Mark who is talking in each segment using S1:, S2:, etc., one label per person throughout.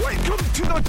S1: Welcome to the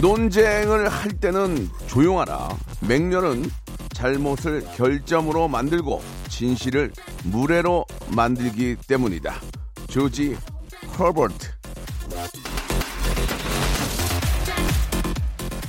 S2: 논쟁을 할 때는 조용하라 맹렬은 잘못을 결점으로 만들고 진실을 무례로 만들기 때문이다 조지 허버트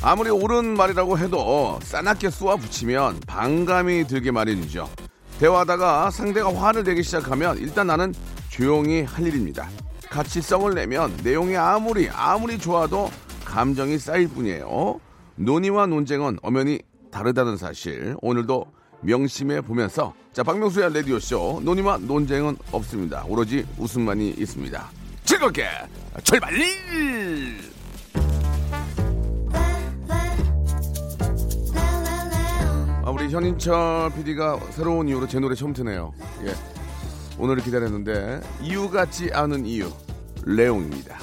S2: 아무리 옳은 말이라고 해도 싸납게 쏘아붙이면 반감이 들게 마련이죠. 대화하다가 상대가 화를 내기 시작하면 일단 나는 조용히 할 일입니다. 같이 성을 내면 내용이 아무리 아무리 좋아도 감정이 쌓일 뿐이에요. 논의와 논쟁은 엄연히 다르다는 사실 오늘도 명심해 보면서 자 박명수의 라디오 쇼 논의와 논쟁은 없습니다. 오로지 웃음만이 있습니다. 즐겁게 출발! 아, 우리 현인철 PD가 새로운 이유로 제 노래 처음 트네요. 예. 오늘을 기다렸는데, 이유 같지 않은 이유, 레옹입니다.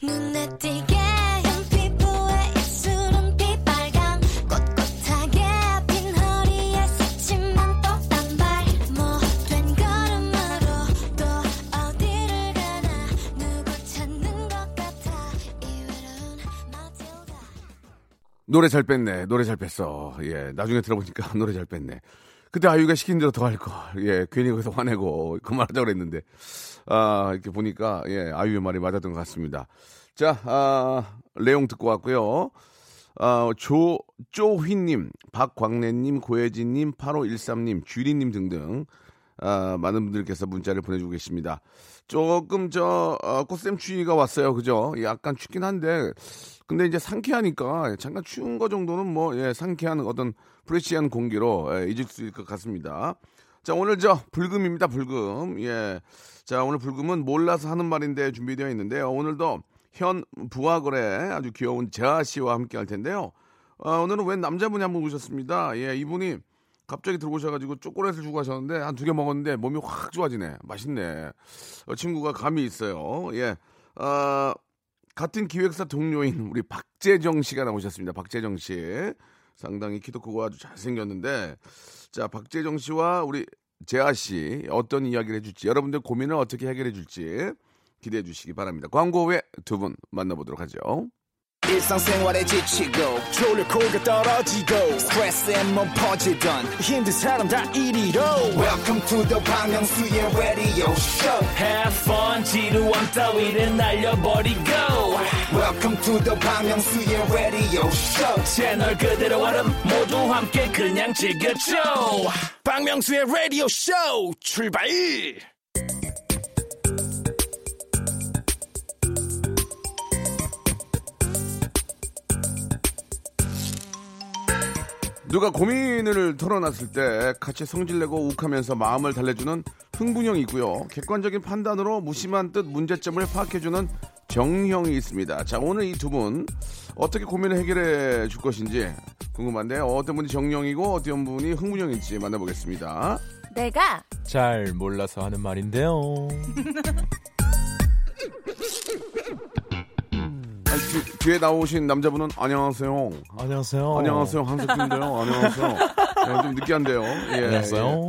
S3: 눈에 띄게 한 피부에 입술은 피빨강 꼿꼿하게 핀 허리에 새침한 또딴 뭐 발못된 걸음으로 또 어디를 가나 누굴 찾는 것 같아 이 외로운 마틸다
S2: 노래 잘 뺐네. 노래 잘 뺐어. 예. 나중에 들어보니까 노래 잘 뺐네. 그때 아이유가 시킨 대로 더 할 걸. 예. 괜히 거기서 화내고 그만하자고 그랬는데. 아, 이렇게 보니까 예. 아이유의 말이 맞았던 것 같습니다. 자, 아, 레옹 듣고 왔고요. 아, 조, 쪼휘님, 박광래님, 고혜진님, 8513님, 주리님 등등, 아, 많은 분들께서 문자를 보내주고 계십니다. 조금 저, 어, 꽃샘 추위가 왔어요. 그죠? 약간 춥긴 한데, 근데 이제 상쾌하니까, 잠깐 추운 거 정도는 뭐, 예, 상쾌한 어떤 프레시한 공기로, 예, 잊을 수 있을 것 같습니다. 자, 오늘 저, 불금입니다. 불금. 예. 자, 오늘 불금은 몰라서 하는 말인데 준비되어 있는데요. 오늘도 현 부하거래 아주 귀여운 재하 씨와 함께 할 텐데요. 어, 오늘은 웬 남자분이 한 분 오셨습니다. 예, 이분이 갑자기 들어오셔가지고 초콜릿을 주고 하셨는데 한 두 개 먹었는데 몸이 확 좋아지네. 맛있네. 어, 친구가 감이 있어요. 예. 아, 같은 기획사 동료인 우리 박재정 씨가 나오셨습니다. 박재정 씨. 상당히 키도 크고 아주 잘생겼는데 자, 박재정 씨와 우리 재하 씨 어떤 이야기를 해줄지 여러분들 고민을 어떻게 해결해 줄지 기대해 주시기 바랍니다. 광고 후에 두 분 만나보도록 하죠.
S1: 일상생활에 지치고, 졸려 코가 떨어지고, 스트레스에 몸 퍼지던, 힘든 사람 다 이리로. welcome to the Bang Myung-soo's radio show
S4: Have fun 지루함 따위를 날려버리고
S1: welcome to the Bang Myung-soo's radio show
S4: 채널 그대로 얼음 모두 함께 그냥 즐겨줘
S5: 박명수의 라디오 쇼 출발!
S2: 누가 고민을 털어놨을 때 같이 성질내고 욱하면서 마음을 달래주는 흥분형이 있고요. 객관적인 판단으로 무심한 듯 문제점을 파악해주는 정형이 있습니다. 자, 오늘 이 두 분 어떻게 고민을 해결해 줄 것인지 궁금한데요. 어떤 분이 정형이고 어떤 분이 흥분형인지 만나보겠습니다.
S6: 내가
S7: 잘 몰라서 하는 말인데요.
S2: 아니, 뒤- 뒤에 나오신 남자분은
S7: 어.
S2: 안녕하세요.
S7: 안녕하세요.
S2: 안녕하세요. 한석규인데요. 안녕하세요. 예, 좀 느끼한데요. 예, 예.
S7: 네. 안녕하세요.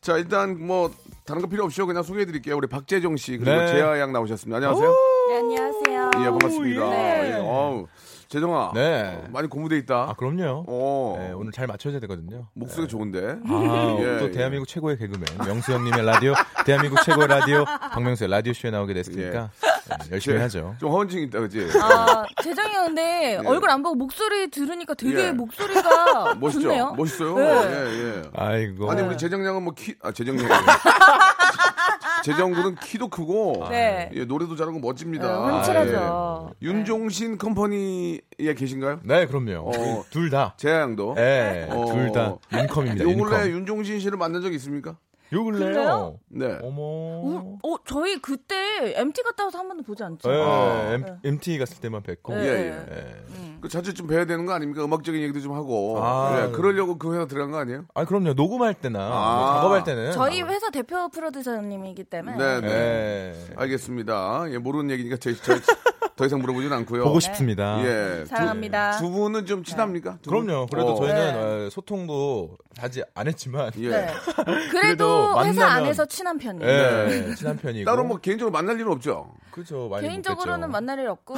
S2: 자 일단 뭐 다른 거 필요 없이요 그냥 소개해드릴게요 우리 박재정 씨 그리고
S7: 네.
S2: 재하 양 나오셨습니다 안녕하세요
S6: 네, 안녕하세요.
S2: 예 반갑습니다
S6: 네.
S2: 예, 어우 재정아
S7: 네.
S2: 어, 많이 고무돼 있다
S7: 아 그럼요.
S2: 어
S7: 네, 오늘 잘 맞춰야 되거든요.
S2: 목소리 좋은데
S7: 아,
S2: 예,
S7: 또
S2: 예.
S7: 대한민국 최고의 개그맨 명수 형님의 라디오, 대한민국 최고의 라디오 박명수의 라디오 쇼에 나오게 됐으니까 네, 열심히
S2: 예,
S7: 하죠.
S2: 좀 허언증 있다 그지
S6: 아, 재정이 근데 얼굴 안 보고 목소리 들으니까 되게
S2: 예.
S6: 목소리가
S2: 멋있죠
S6: 좋네요.
S2: 멋있어요
S6: 네.
S2: 예예
S7: 아이고. 네.
S2: 아니 우리 재정 양은 뭐 키 아 재정 양 재정 군은 키도 크고
S6: 네.
S2: 예, 노래도 잘하고 멋집니다
S6: 어,
S2: 아,
S6: 훔칠하죠.
S2: 예. 윤종신 컴퍼니에 계신가요
S7: 네, 그럼요.
S2: 어.
S7: 둘 다.
S2: 재하 양도
S7: 예,
S2: 어.
S7: 둘 다 인컴입니다.
S2: 요 근래
S7: 인컴.
S2: 윤종신 씨를 만난 적 있습니까?
S7: 요 근래요?
S6: 근래요?
S2: 네.
S7: 어머.
S6: 우, 어, 저희 그때 MT 갔다 와서 한 번도 보지 않죠? 네.
S7: 예,
S2: 아.
S7: M- MT 갔을 때만 뵙고.
S2: 예, 예.
S7: 예.
S2: 그 자주 좀 뵈야 되는 거 아닙니까? 음악적인 얘기도 좀 하고.
S7: 아.
S2: 예, 그러려고 그 회사 들어간 거 아니에요?
S7: 아 그럼요. 녹음할 때나 뭐
S2: 아.
S7: 작업할 때는.
S6: 저희 회사 대표 프로듀서님이기 때문에
S2: 네, 네.
S7: 예.
S2: 알겠습니다. 예, 모르는 얘기니까 제, 저, 더 이상 물어보진 않고요.
S7: 보고 싶습니다.
S2: 예.
S6: 사랑합니다.
S2: 두 분은 좀 친합니까? 두 분?
S7: 그럼요. 그래도
S2: 어.
S7: 저희는 어, 소통도 하지 않았지만
S2: 예.
S6: 네.
S7: 그래도
S6: 그래도 회사
S7: 만나면-
S6: 안에서 친한 편이에요.
S2: 네,
S7: 예, 친한 편이고
S2: 따로 뭐 개인적으로 만날 일은 없죠.
S7: 그죠 많이
S6: 개인적으로는
S7: 못 뵀죠.
S6: 만날 일 없고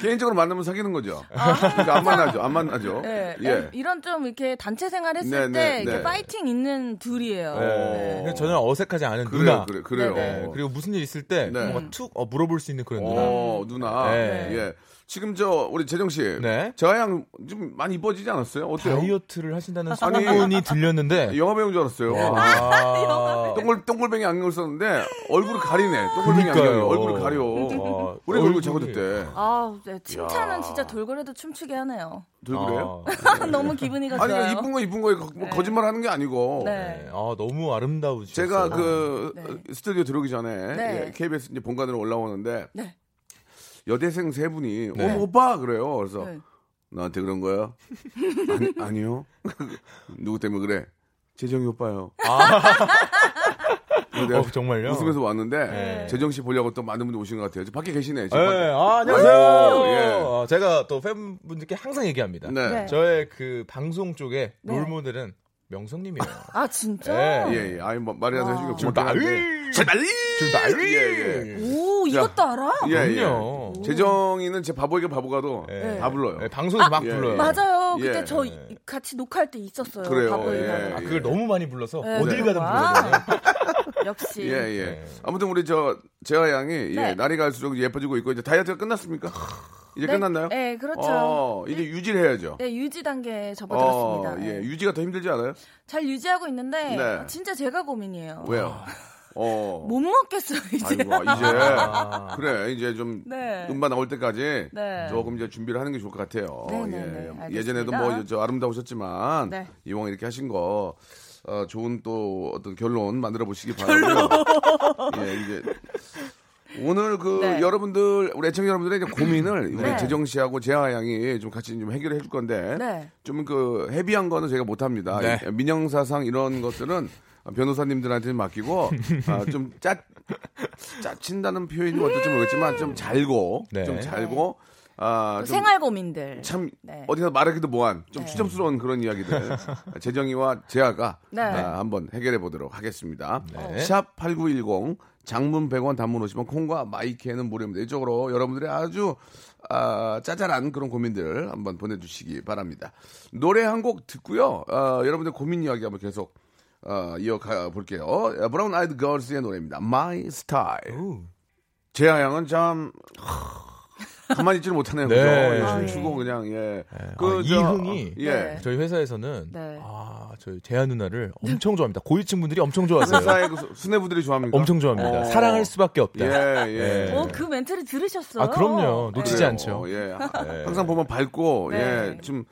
S2: 개인적으로 만나면 사귀는 거죠. 그러니까 안 만나죠. 안 만나죠.
S6: 아. 네, 엠-
S2: 예.
S6: 이런 좀 이렇게 단체 생활 했을
S2: 네, 네,
S6: 때 이렇게
S2: 네.
S6: 파이팅 있는 둘이에요.
S7: 예. 근데 전혀 어색하지 않은
S2: 어. 그래요,
S7: 누나.
S2: 그래, 그래요.
S6: 네,
S7: 예, 그리고 무슨 일 있을 때
S2: 네.
S7: 뭔가 툭 어, 물어볼 수 있는 그런 누나.
S2: 어, 누나.
S7: 네.
S2: 예. 지금 저 우리 재정 씨.
S7: 네.
S2: 저양 좀 많이 이뻐지지 않았어요? 어때요?
S7: 다이어트를 하신다는
S2: 아니.
S7: 소문이 들렸는데
S2: 영화 배우인 줄 알았어요.
S7: 네. 아,
S2: 동글 동글뱅이 안경을 썼는데 얼굴을 가리네. 동글뱅이 안경이
S7: 그러니까요.
S2: 얼굴을 가려.
S7: 어,
S2: 우리 얼굴
S7: 얼굴이-
S2: 적어줬대.
S6: 아, 네, 칭찬은 진짜 돌고래도 춤추게 하네요.
S2: 들 그래요?
S7: 아,
S6: 너무 기분이
S2: 아니
S6: 가져요.
S2: 그러니까 이쁜 거 이쁜 거에 거- 뭐 거짓말 하는 게 아니고.
S6: 네.
S7: 네. 아, 너무 아름다우시죠.
S2: 제가 그
S6: 네.
S2: 스튜디오 들어오기 전에
S6: 네.
S2: 예, KBS 이제 본관으로 올라오는데
S6: 네.
S2: 여대생 세 분이
S7: 네.
S2: 어머 오빠 그래요. 그래서
S6: 네.
S2: 나한테 그런 거야? 아니, 아니요. 누구 때문에 그래? 재정이 오빠요. 그래서 내가
S7: 어, 정말요?
S2: 웃으면서 왔는데
S7: 네.
S2: 재정 씨 보려고 또 많은 분들이 오신 것 같아요. 지금 밖에 계시네.
S7: 예,
S2: 지금 밖에.
S7: 아, 안녕하세요.
S2: 아이고, 예.
S7: 어, 제가 또 팬분들께 항상 얘기합니다.
S2: 네.
S6: 네.
S7: 저의 그 방송 쪽에
S6: 네.
S7: 롤모델은 명성님이에요.
S6: 아, 진짜?
S7: 예.
S2: 예, 예. 아이 뭐, 말이라도
S6: 와.
S2: 해주기가
S7: 줄
S2: 고맙긴
S7: 나위!
S2: 한데.
S7: 줄 나위!
S2: 예,
S6: 오, 이것도 알아?
S2: 예, 예.
S7: 그럼요.
S2: 재정이는 제 바보에게 바보가도
S7: 예.
S2: 다 불러요.
S7: 예, 방송에서 막
S2: 예.
S7: 불러요.
S6: 네. 맞아요.
S2: 예.
S6: 그때 저 이- 같이 녹화할 때 있었어요.
S2: 그래요.
S6: 바보의
S2: 예.
S6: 바보.
S7: 아, 그걸 너무 많이 불러서
S6: 네. 아.
S7: 어딜 가든
S6: 와.
S7: 불러요.
S6: 역시.
S2: 예, 예.
S7: 네.
S2: 아무튼 우리 저 재하 양이 예,
S6: 네.
S2: 날이 갈수록 예뻐지고 있고 이제 다이어트가 끝났습니까? 이제
S6: 네,
S2: 끝났나요?
S6: 네, 그렇죠.
S2: 어, 이제 유지를 해야죠.
S6: 네, 유지 단계에 접어들었습니다.
S2: 어, 예,
S6: 네.
S2: 유지가 더 힘들지 않아요?
S6: 잘 유지하고 있는데 아,
S2: 네.
S6: 진짜 제가 고민이에요.
S7: 아.
S2: 왜요? 어.
S6: 못 먹겠어요, 이제.
S2: 아이고, 이제 그래 이제 좀
S6: 네.
S2: 음반 나올 때까지
S6: 네.
S2: 조금 이제 준비를 하는 게 좋을 것 같아요.
S6: 네, 네, 네. 알겠습니다.
S2: 예. 전에도 뭐 저 아름다우셨지만
S6: 네.
S2: 이왕 이렇게 하신 거 어, 좋은 또 어떤 결론 만들어 보시기 바라고요. 예, 이제 오늘 그
S6: 네.
S2: 여러분들 우리 애청자 여러분들의 이제 고민을 우리
S6: 네.
S2: 재정 씨하고 재하 양이 좀 같이 좀 해결해 줄 건데
S6: 네.
S2: 좀 그 헤비한 거는 제가 못 합니다.
S7: 네.
S2: 민영사상 이런 것들은 변호사님들한테 맡기고 아, 좀 짜, 짜친다는 표현이 어떨지 모르겠지만 좀 잘고
S7: 네.
S2: 좀 잘고 아,
S6: 또
S2: 좀
S6: 생활 고민들.
S2: 참
S6: 네.
S2: 어디서 말하기도 뭐한 좀 추접스러운 그런 이야기들 재정이와 재아가
S6: 네.
S2: 아, 한번 해결해 보도록 하겠습니다. 샵 #8910 장문 100원 단문 50원 콩과 마이크에는 무료입니다. 이쪽으로 여러분들의 아주 아, 짜잘한 그런 고민들을 한번 보내주시기 바랍니다. 노래 한 곡 듣고요. 아, 여러분들 고민 이야기 한번 계속 어, 이어가 볼게요. 브라운 아이드 걸스의 노래입니다. My Style. 재하 양은 참 가만히 있지를 못하네요.
S7: 네.
S2: 그죠?
S7: 아,
S2: 예,
S6: 예.
S2: 춤추고 그냥 예.
S7: 아,
S2: 저-
S7: 이흥이
S2: 예.
S6: 네.
S7: 저희 회사에서는
S6: 네.
S7: 아, 저희 재한 누나를 엄청 좋아합니다. 고위층 분들이 엄청 좋아하세요.
S2: 회사의 그 수- 수뇌부들이 좋아합니다.
S7: 엄청 네. 좋아합니다.
S2: 어.
S7: 사랑할 수밖에
S2: 예,
S7: 없다.
S2: 예.
S6: 어, 그 멘트를 들으셨어요?
S7: 아, 그럼요. 놓치지
S2: 그래요.
S7: 않죠. 네.
S2: 예. 하- 항상 보면 밝고
S6: 네.
S2: 예. 좀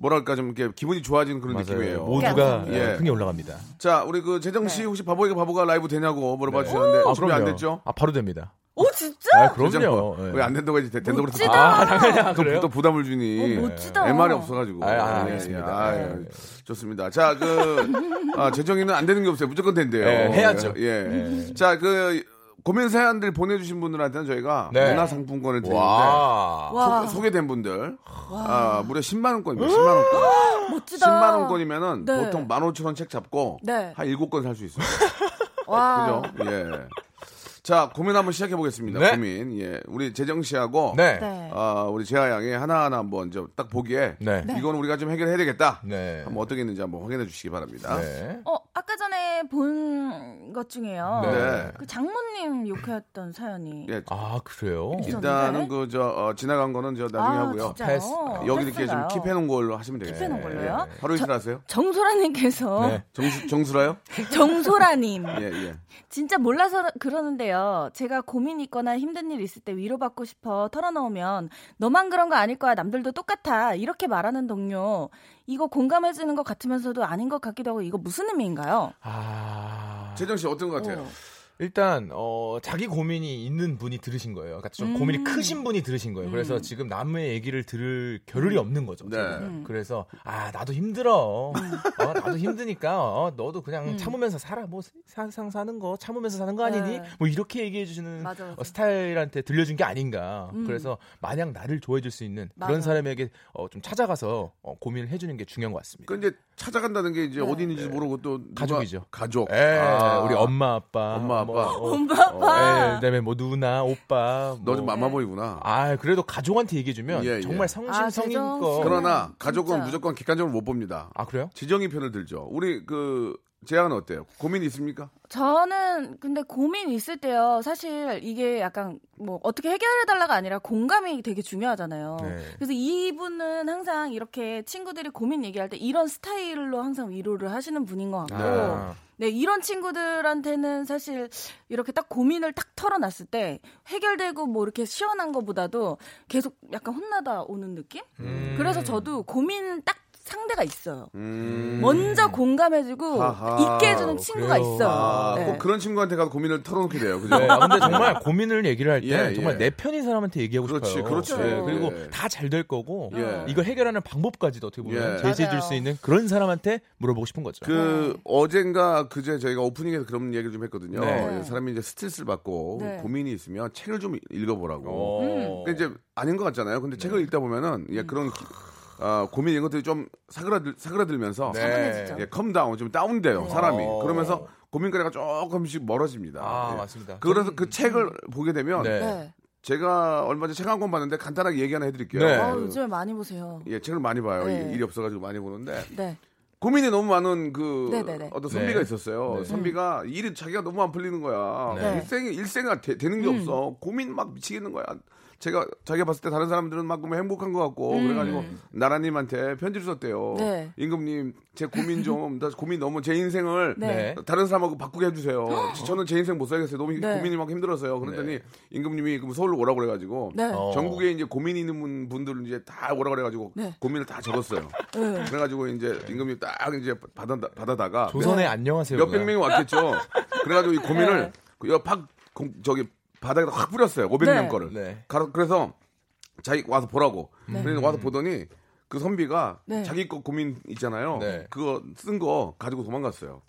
S2: 뭐랄까 좀 이렇게 기분이 좋아지는 그런
S7: 뭐
S2: 느낌이에요.
S7: 모두가
S2: 예.
S7: 예. 흥이 올라갑니다.
S2: 자, 우리 그 재정 씨 혹시 바보에게 바보가 라이브 되냐고 물어봐 주셨는데
S7: 아,
S2: 준비 안
S7: 그럼요.
S2: 됐죠?
S7: 아, 바로 됩니다.
S6: 오, 어, 진짜?
S7: 아,
S2: 재정
S7: 그럼요.
S2: 거.
S7: 예.
S2: 왜안 된다고 해지 된다고 그래서
S6: 멋지다.
S2: 바-
S7: 아, 당연히 안 그래요.
S2: 또, 또 부담을 주니
S6: 어, 멋지다.
S2: MR이 예. 네 없어가지고
S7: 아, 아,
S2: 예,
S7: 알겠습니다.
S2: 예, 아유, 좋습니다 자그 아, 재정이는 안 되는 게 없어요 무조건 된대요
S7: 예, 해야죠. 네.
S2: 예자그 고민 사연들 보내주신 분들한테는 저희가
S7: 네.
S2: 문화 상품권을 드리는데
S7: 와.
S6: 와,
S2: 소, 개된 분들 아, 무려 10만 원권입니다. 10만 원권.
S6: 멋지다.
S2: 10만 원권이면은
S6: 네.
S2: 보통 15,000원 책 잡고
S6: 네.
S2: 한 7권 살 수 있어요.
S6: 와.
S2: 그죠? 예. 자, 고민 한번 시작해 보겠습니다.
S7: 네.
S2: 고민. 예. 우리 재정 씨하고
S7: 네. 네.
S6: 네.
S2: 아, 우리 재하 양이 하나하나 한번 이제 딱 보기에
S7: 네.
S2: 이건 우리가 좀 해결해야 되겠다.
S7: 네.
S2: 한번 어떻게 있는지 한번 확인해 주시기 바랍니다.
S7: 네.
S6: 어, 아까 전에 본 했던 것 중에요.
S2: 네.
S6: 그 장모님 욕했던 사연이.
S2: 예.
S7: 아 그래요?
S6: 있었는데?
S2: 일단은 그 저 지나간 거는 저 나중에
S6: 아,
S2: 하고요.
S6: 진짜요?
S7: 패스.
S2: 여기 이렇게 좀
S6: 패스가요.
S2: 킵해놓은 걸로 하시면 돼요.
S6: 킵해놓은 걸로요?
S2: 예, 예. 하루 이틀 하세요?
S6: 정소라님께서
S7: 네.
S2: 정수 정수라요?
S6: 정소라님
S2: 예 예.
S6: 진짜 몰라서 그러는데요. 제가 고민 있거나 힘든 일 있을 때 위로받고 싶어 털어놓으면 너만 그런 거 아닐 거야. 남들도 똑같아. 이렇게 말하는 동료. 이거 공감해주는 것 같으면서도 아닌 것 같기도 하고 이거 무슨 의미인가요?
S7: 아
S2: 최정 씨 어떤 것 같아요?
S7: 일단 어 자기 고민이 있는 분이 들으신 거예요. 그러니까 좀
S6: 음.
S7: 고민이 크신 분이 들으신 거예요. 그래서 지금 남의 얘기를 들을 겨를이
S6: 음.
S7: 없는 거죠.
S2: 네.
S7: 지금. 그래서 아 나도 힘들어. 어,
S6: 음.
S7: 나도 힘드니까 어, 너도 그냥 참으면서 살아. 뭐 세상 사는 거 참으면서 사는 거 아니니?
S6: 네.
S7: 뭐 이렇게 얘기해 주시는
S6: 맞아, 맞아.
S7: 어, 스타일한테 들려준 게 아닌가. 그래서 마냥 나를 좋아해 줄 수 있는
S6: 맞아요.
S7: 그런 사람에게 어, 좀 찾아가서 어, 고민을 해주는 게 중요한 것 같습니다.
S2: 그 이제 찾아간다는 게
S6: 네.
S2: 이제 어디 있는지 모르고 또 누가-
S7: 네. 가족이죠.
S2: 가족.
S7: 예,
S2: 아.
S7: 우리 엄마 아빠, 뭐,
S2: 엄마, 아빠.
S6: 엄마
S7: 예,
S6: 아빠.
S7: 그다음에 뭐 누나, 오빠.
S2: 너 좀
S7: 뭐.
S2: 맘마 보이구나.
S7: 아 그래도 가족한테 얘기해주면
S2: 예, 예.
S7: 정말
S6: 아, 죄송.
S7: 성심성의껏.
S6: 그럼-
S2: 그러나
S6: 진짜.
S2: 가족은 무조건 객관적으로 못 봅니다.
S7: 아 그래요?
S2: 지정이 편을 들죠. 우리 그 재앙은 어때요? 고민 있습니까?
S6: 저는 근데 고민 있을 때요. 사실 이게 약간 뭐 어떻게 해결해달라가 아니라 공감이 되게 중요하잖아요.
S7: 네.
S6: 그래서 이분은 항상 이렇게 친구들이 고민 얘기할 때 이런 스타일로 항상 위로를 하시는 분인 것 같고.
S7: 아.
S6: 네, 이런 친구들한테는 사실 이렇게 딱 고민을 딱 털어놨을 때 해결되고 뭐 이렇게 시원한 것보다도 계속 약간 혼나다 오는 느낌? 그래서 저도 고민 딱 상대가 있어요.
S2: 음.
S6: 먼저 공감해주고
S2: 아하,
S6: 있게 해주는 친구가
S7: 그래요.
S6: 있어요.
S2: 아,
S6: 네.
S2: 꼭 그런 친구한테 가서 고민을 털어놓게 돼요. 그죠?
S7: 네, 아, 근데 정말 고민을 얘기를 할 때
S2: 예,
S7: 정말
S2: 예.
S7: 내 편인 사람한테 얘기하고
S2: 그렇지,
S7: 싶어요.
S2: 그렇지.
S7: 예, 그리고
S2: 예.
S7: 다 잘 될 거고
S2: 예.
S7: 이거 해결하는 방법까지도 어떻게 보면
S2: 예.
S7: 제시해 줄
S6: 맞아요.
S7: 수 있는 그런 사람한테 물어보고 싶은 거죠.
S2: 그 어젠가 그제 저희가 오프닝에서 그런 얘기를 좀 했거든요.
S7: 네.
S2: 예, 사람이 이제 스트레스를 받고
S6: 네.
S2: 고민이 있으면 책을 좀 읽어보라고.
S7: 어.
S6: 음, 그
S7: 네. 음.
S2: 근데 이제 아닌 것 같잖아요. 근데 책을 읽다 보면은 예, 그런 아, 고민 이런 것들이 좀 사그라들 사그라들면서
S6: 차분해지죠.
S2: 예, 컴다운 좀 다운돼요 사람이.
S7: 네. 어.
S2: 그러면서 고민거리가 조금씩 멀어집니다.
S7: 아
S2: 예.
S7: 맞습니다.
S2: 그래서 그 책을 보게 되면
S7: 네.
S6: 네.
S2: 제가 얼마 전에 책 한 권 봤는데 간단하게 얘기 하나 해드릴게요.
S7: 네.
S6: 아,
S7: 그-
S6: 요즘에 많이 보세요.
S2: 예, 책을 많이 봐요.
S6: 네.
S2: 일이 없어가지고 많이 보는데
S6: 네.
S2: 고민이 너무 많은 그
S6: 네네네.
S2: 어떤 선비가
S7: 네.
S2: 있었어요.
S7: 네.
S2: 선비가 일이 자기가 너무 안 풀리는 거야.
S6: 네. 음.
S2: 일생이 일생이 되, 되는 게 없어. 고민 막 미치겠는 거야. 제가 자기가 봤을 때 다른 사람들은 막 그러면 행복한 것 같고 그래가지고
S7: 네.
S2: 나라님한테 편지를 썼대요.
S6: 음. 네.
S2: 임금님 제 고민 좀나 고민 너무 제 인생을
S6: 네.
S2: 다른 사람하고 바꾸게 해주세요. 저는 제 인생 못 살겠어요. 너무
S6: 네.
S2: 고민이 막 힘들어서요. 그랬더니 임금님이 그럼 서울로 오라고 그래가지고
S6: 네.
S7: 네. 어.
S2: 전국에 이제 고민 있는 분- 분들은 이제 다 오라 그래가지고
S6: 네.
S2: 고민을 다 적었어요.
S6: 네.
S2: 그래가지고 이제 임금이 딱 이제 받아 받아다가
S7: 조선의 안녕하세요.
S2: 네.
S7: 네.
S2: 몇백 명이 왔겠죠. 그래가지고 이 고민을 그 옆박 공- 저기 바닥에다 확 뿌렸어요. 500명
S6: 네.
S2: 거를.
S7: 네.
S2: 가로- 그래서 자기 와서 보라고. 그래서 와서 보더니 그 선비가
S6: 네.
S2: 자기 거 고민 있잖아요.
S7: 네.
S2: 그거 쓴 거 가지고 도망갔어요.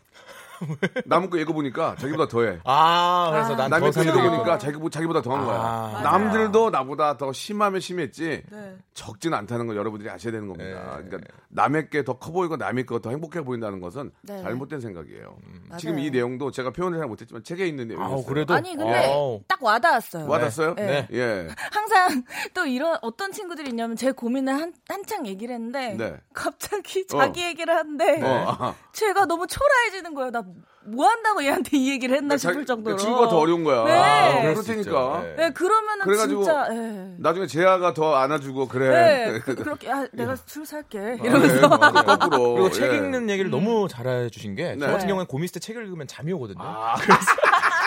S2: 남은 거 예고 보니까 자기보다 더해.
S7: 아 그래서 난
S2: 남의
S7: 더
S2: 편을
S7: 사면
S2: 보니까
S7: 되겠구나.
S2: 자기, 자기보다 더한 거야.
S7: 맞아요. 네.
S2: 남들도 나보다 더 심하면 심했지
S6: 네.
S2: 적진 않다는 걸 여러분들이 아셔야 되는 겁니다.
S7: 네.
S2: 그러니까 남의 게 더 커 보이고 남의 거 더 행복해 보인다는 것은
S6: 네.
S2: 잘못된 생각이에요.
S6: 맞아요.
S2: 지금 이 내용도 제가 표현을 잘 못했지만 책에 있는 내용이었어요.
S7: 음. 아우 그래도
S6: 아니 근데
S7: 아우.
S6: 딱 와닿았어요.
S2: 와닿았어요?
S6: 네.
S2: 예.
S6: 항상 또 이런 어떤 친구들이 있냐면 제 고민을 한, 한창 얘기를 했는데
S2: 네.
S6: 갑자기 자기 얘기를 하는데
S7: 네.
S2: 어, 아.
S6: 제가 너무 초라해지는 거예요. 나 뭐 한다고 얘한테 이 얘기를 했나
S2: 그러니까 자-
S6: 싶을 정도로.
S2: 친구가 더 어려운 거야.
S6: 네.
S2: 아,
S7: 그럴
S2: 그럴
S7: 수 있죠.
S2: 테니까.
S7: 네.
S6: 네, 그러면은
S2: 그래가지고- 네.
S6: 진짜 예.
S2: 나중에 재아가 더 안아주고 그래.
S6: 네, 그, 그렇게 아, 내가 술 살게
S2: 네,
S6: 이러면서
S2: 맞아요. 거꾸로.
S7: 그리고
S2: 예. 네.
S7: 책 읽는 얘기를 너무 잘해주신 게, 저 같은 경우는 고민 있을 때 책을 읽으면 잠이 오거든요. 그래서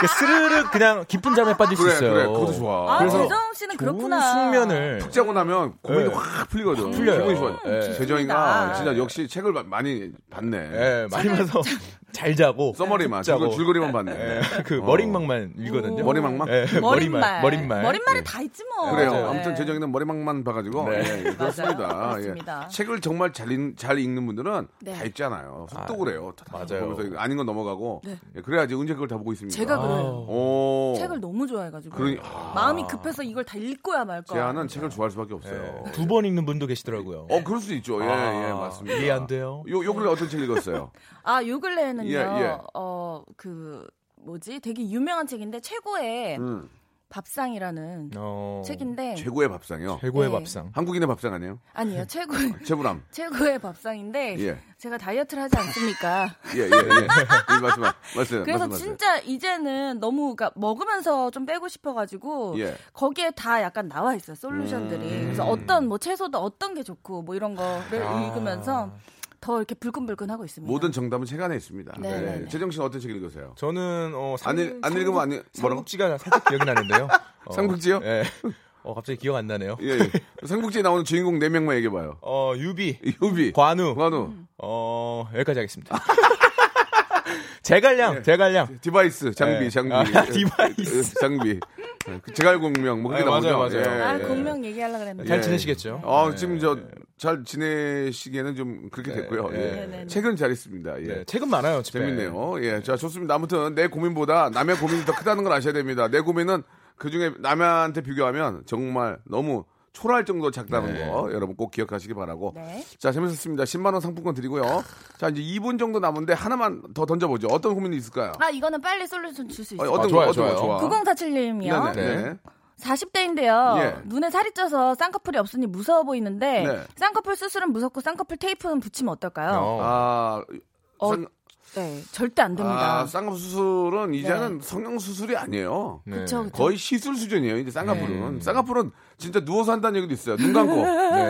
S7: 그 스르륵 그냥 깊은 잠에 빠질
S2: 아. 그래,
S7: 수 있어요.
S2: 그래. 그것도 좋아.
S6: 아,
S2: 그래서
S6: 재정 씨는 그렇구나.
S7: 숙면을.
S2: 푹 자고 나면 고민이
S7: 네.
S2: 확 풀리거든.
S7: 풀려요.
S2: 기분이 좋아요.
S7: 음, 좋습니다.
S2: 재정이가 진짜 역시 책을 마- 많이 봤네.
S7: 예, 많이 봐서 잘 자고.
S2: 써머리만
S7: 푹 자고.
S2: 줄거- 줄거리만 봤네.
S7: 예, 그
S2: 어.
S7: 머리막만 읽거든요.
S2: 머리망망?
S7: 예,
S6: 머릿말.
S7: 머릿말.
S6: 머릿말에
S7: 예.
S6: 다 있지 뭐.
S2: 그래요.
S7: 맞아요.
S2: 아무튼
S6: 네.
S2: 재정이는 머리망만 봐가지고
S7: 네.
S2: 예, 예, 그렇습니다. 예.
S6: 그렇습니다.
S2: 책을 정말 잘, 읽, 는 분들은
S6: 네.
S2: 다 읽잖아요. 속독을 해요. 다
S7: 맞아요.
S2: 보면서 이거 아닌 건 넘어가고 예, 그래야지 언제 그걸 다 보고 있습니다.
S6: 네. 제가
S7: 아,
S6: 그래요.
S2: 오.
S6: 책을 너무 좋아해가지고
S2: 뭐. 그러니- 아.
S6: 마음이 급해서 이걸 다 읽고야 말까.
S2: 제안은 책을 좋아할 수밖에 없어요.
S7: 예. 두번 읽는 분도 계시더라고요.
S2: 어 그럴 수 있죠. 예,
S7: 아,
S2: 예, 맞습니다.
S7: 이해 안 돼요?
S2: 요, 요 근래 어떤 책 읽었어요?
S6: 아, 요 근래에는요.
S2: 예, 예.
S6: 어, 그 뭐지? 되게 유명한 책인데 최고의
S2: 음.
S6: 밥상이라는
S7: 어,
S6: 책인데
S2: 최고의 밥상이요.
S7: 최고의
S6: 네.
S7: 밥상.
S2: 한국인의 밥상 아니에요?
S6: 아니요
S2: 어.
S6: 최고의
S2: 최불암.
S6: 최고의 밥상인데
S2: 예.
S6: 제가 다이어트를 하지 않습니까?
S2: 예, 예, 예. 예, 말씀, 말씀,
S6: 그래서
S2: 말씀.
S6: 진짜 이제는 너무 그러니까 먹으면서 좀 빼고 싶어가지고
S2: 예. 음.
S6: 거기에 다 약간 나와 있어 요 솔루션들이 그래서 어떤 뭐 채소도 어떤 게 좋고 뭐 이런 거를 읽으면서 더 이렇게 불끈불끈 하고
S2: 아.
S6: 있습니다.
S2: 모든 정답은 책 안에 있습니다.
S6: 네, 네, 네.
S2: 최정 씨는 어떤 책 읽으세요?
S7: 저는 어,
S2: 안 읽- 안 읽으면 안 읽- 뭐라고?
S7: 삼국지가 살짝 기억이 나는데요. 어,
S2: 삼국지요?
S7: 예. 어, 갑자기 기억 안 나네요.
S2: 예, 예. 삼국지에 나오는 주인공 네명만 얘기해봐요.
S7: 어, 유비,
S2: 유비,
S7: 관우,
S2: 예. 관우,
S7: 어, 여기까지 하겠습니다. 제갈량, 제갈량.
S2: 디바이스, 예. 장비,
S7: 예.
S2: 장비.
S7: 아, 디바이스.
S2: 예, 장비. 예, 그 제갈공명, 뭐 그게
S7: 아,
S2: 나오죠.
S7: 맞아요, 맞아요.
S6: 아
S2: 예, 예.
S6: 공명 얘기하려 그랬는데
S7: 잘
S2: 예.
S7: 지내시겠죠?
S2: 아,
S7: 네.
S2: 지금 저 잘 지내시기에는 좀 그렇게 됐고요. 예.
S7: 네,
S6: 네, 네.
S2: 책은 잘 있습니다. 예.
S7: 네, 책은 많아요. 집에.
S2: 재밌네요. 예. 자, 좋습니다. 아무튼 내 고민보다 남의 고민이 더 크다는 걸 아셔야 됩니다. 내 고민은 그 중에 남한테 비교하면 정말 너무 초라할 정도로 작다는
S7: 네.
S2: 거 여러분 꼭 기억하시기 바라고.
S6: 네.
S2: 자, 재밌었습니다. 10만원 상품권 드리고요. 자, 이제 2분 정도 남은데 하나만 더 던져보죠. 어떤 고민이 있을까요?
S6: 아 이거는 빨리 솔루션 줄
S2: 어,
S6: 수 있어요.
S2: 어떤
S7: 아, 좋아요,
S2: 거, 어떤 거
S7: 좋아요.
S2: 좋아?
S6: 9047님이요.
S2: 네네. 네.
S6: 40대인데요.
S2: 예.
S6: 눈에 살이 쪄서 쌍꺼풀이 없으니 무서워 보이는데
S2: 네.
S6: 쌍꺼풀 수술은 무섭고 쌍꺼풀 테이프는 붙이면 어떨까요?
S7: 어.
S2: 아,
S6: 어,
S2: 쌍-
S6: 네, 절대 안 됩니다.
S2: 아, 쌍꺼풀 수술은 이제는 성형 수술이 아니에요.
S7: 네.
S6: 그쵸, 그쵸.
S2: 거의 시술 수준이에요. 이제 쌍꺼풀은 쌍꺼풀은 진짜 누워서 한다는 얘기도 있어요. 눈 감고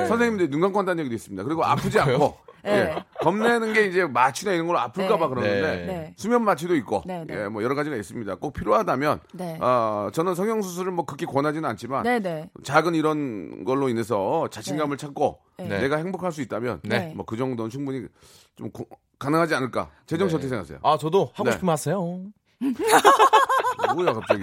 S2: 선생님들이 눈 감고 한다는 얘기도 있습니다. 그리고 아프지 않고
S6: 네.
S2: 예. 겁내는 게 이제 마취나 이런 걸로 아플까봐
S6: 네.
S2: 그러는데
S7: 네.
S6: 네.
S2: 수면 마취도 있고
S6: 네, 네.
S2: 예, 뭐 여러 가지가 있습니다. 꼭 필요하다면
S6: 네.
S2: 어, 저는 성형 수술을 뭐 극히 권하지는 않지만
S6: 네네.
S2: 작은 이런 걸로 인해서 자신감을 찾고
S7: 네.
S2: 내가 행복할 수 있다면
S6: 네.
S2: 뭐 그 정도는 충분히 좀 고- 가능하지 않을까. 재정 씨
S7: 네.
S2: 어떻게 생각하세요?
S7: 아, 저도 하고
S2: 네.
S7: 싶으면 하세요.
S2: 뭐야 갑자기.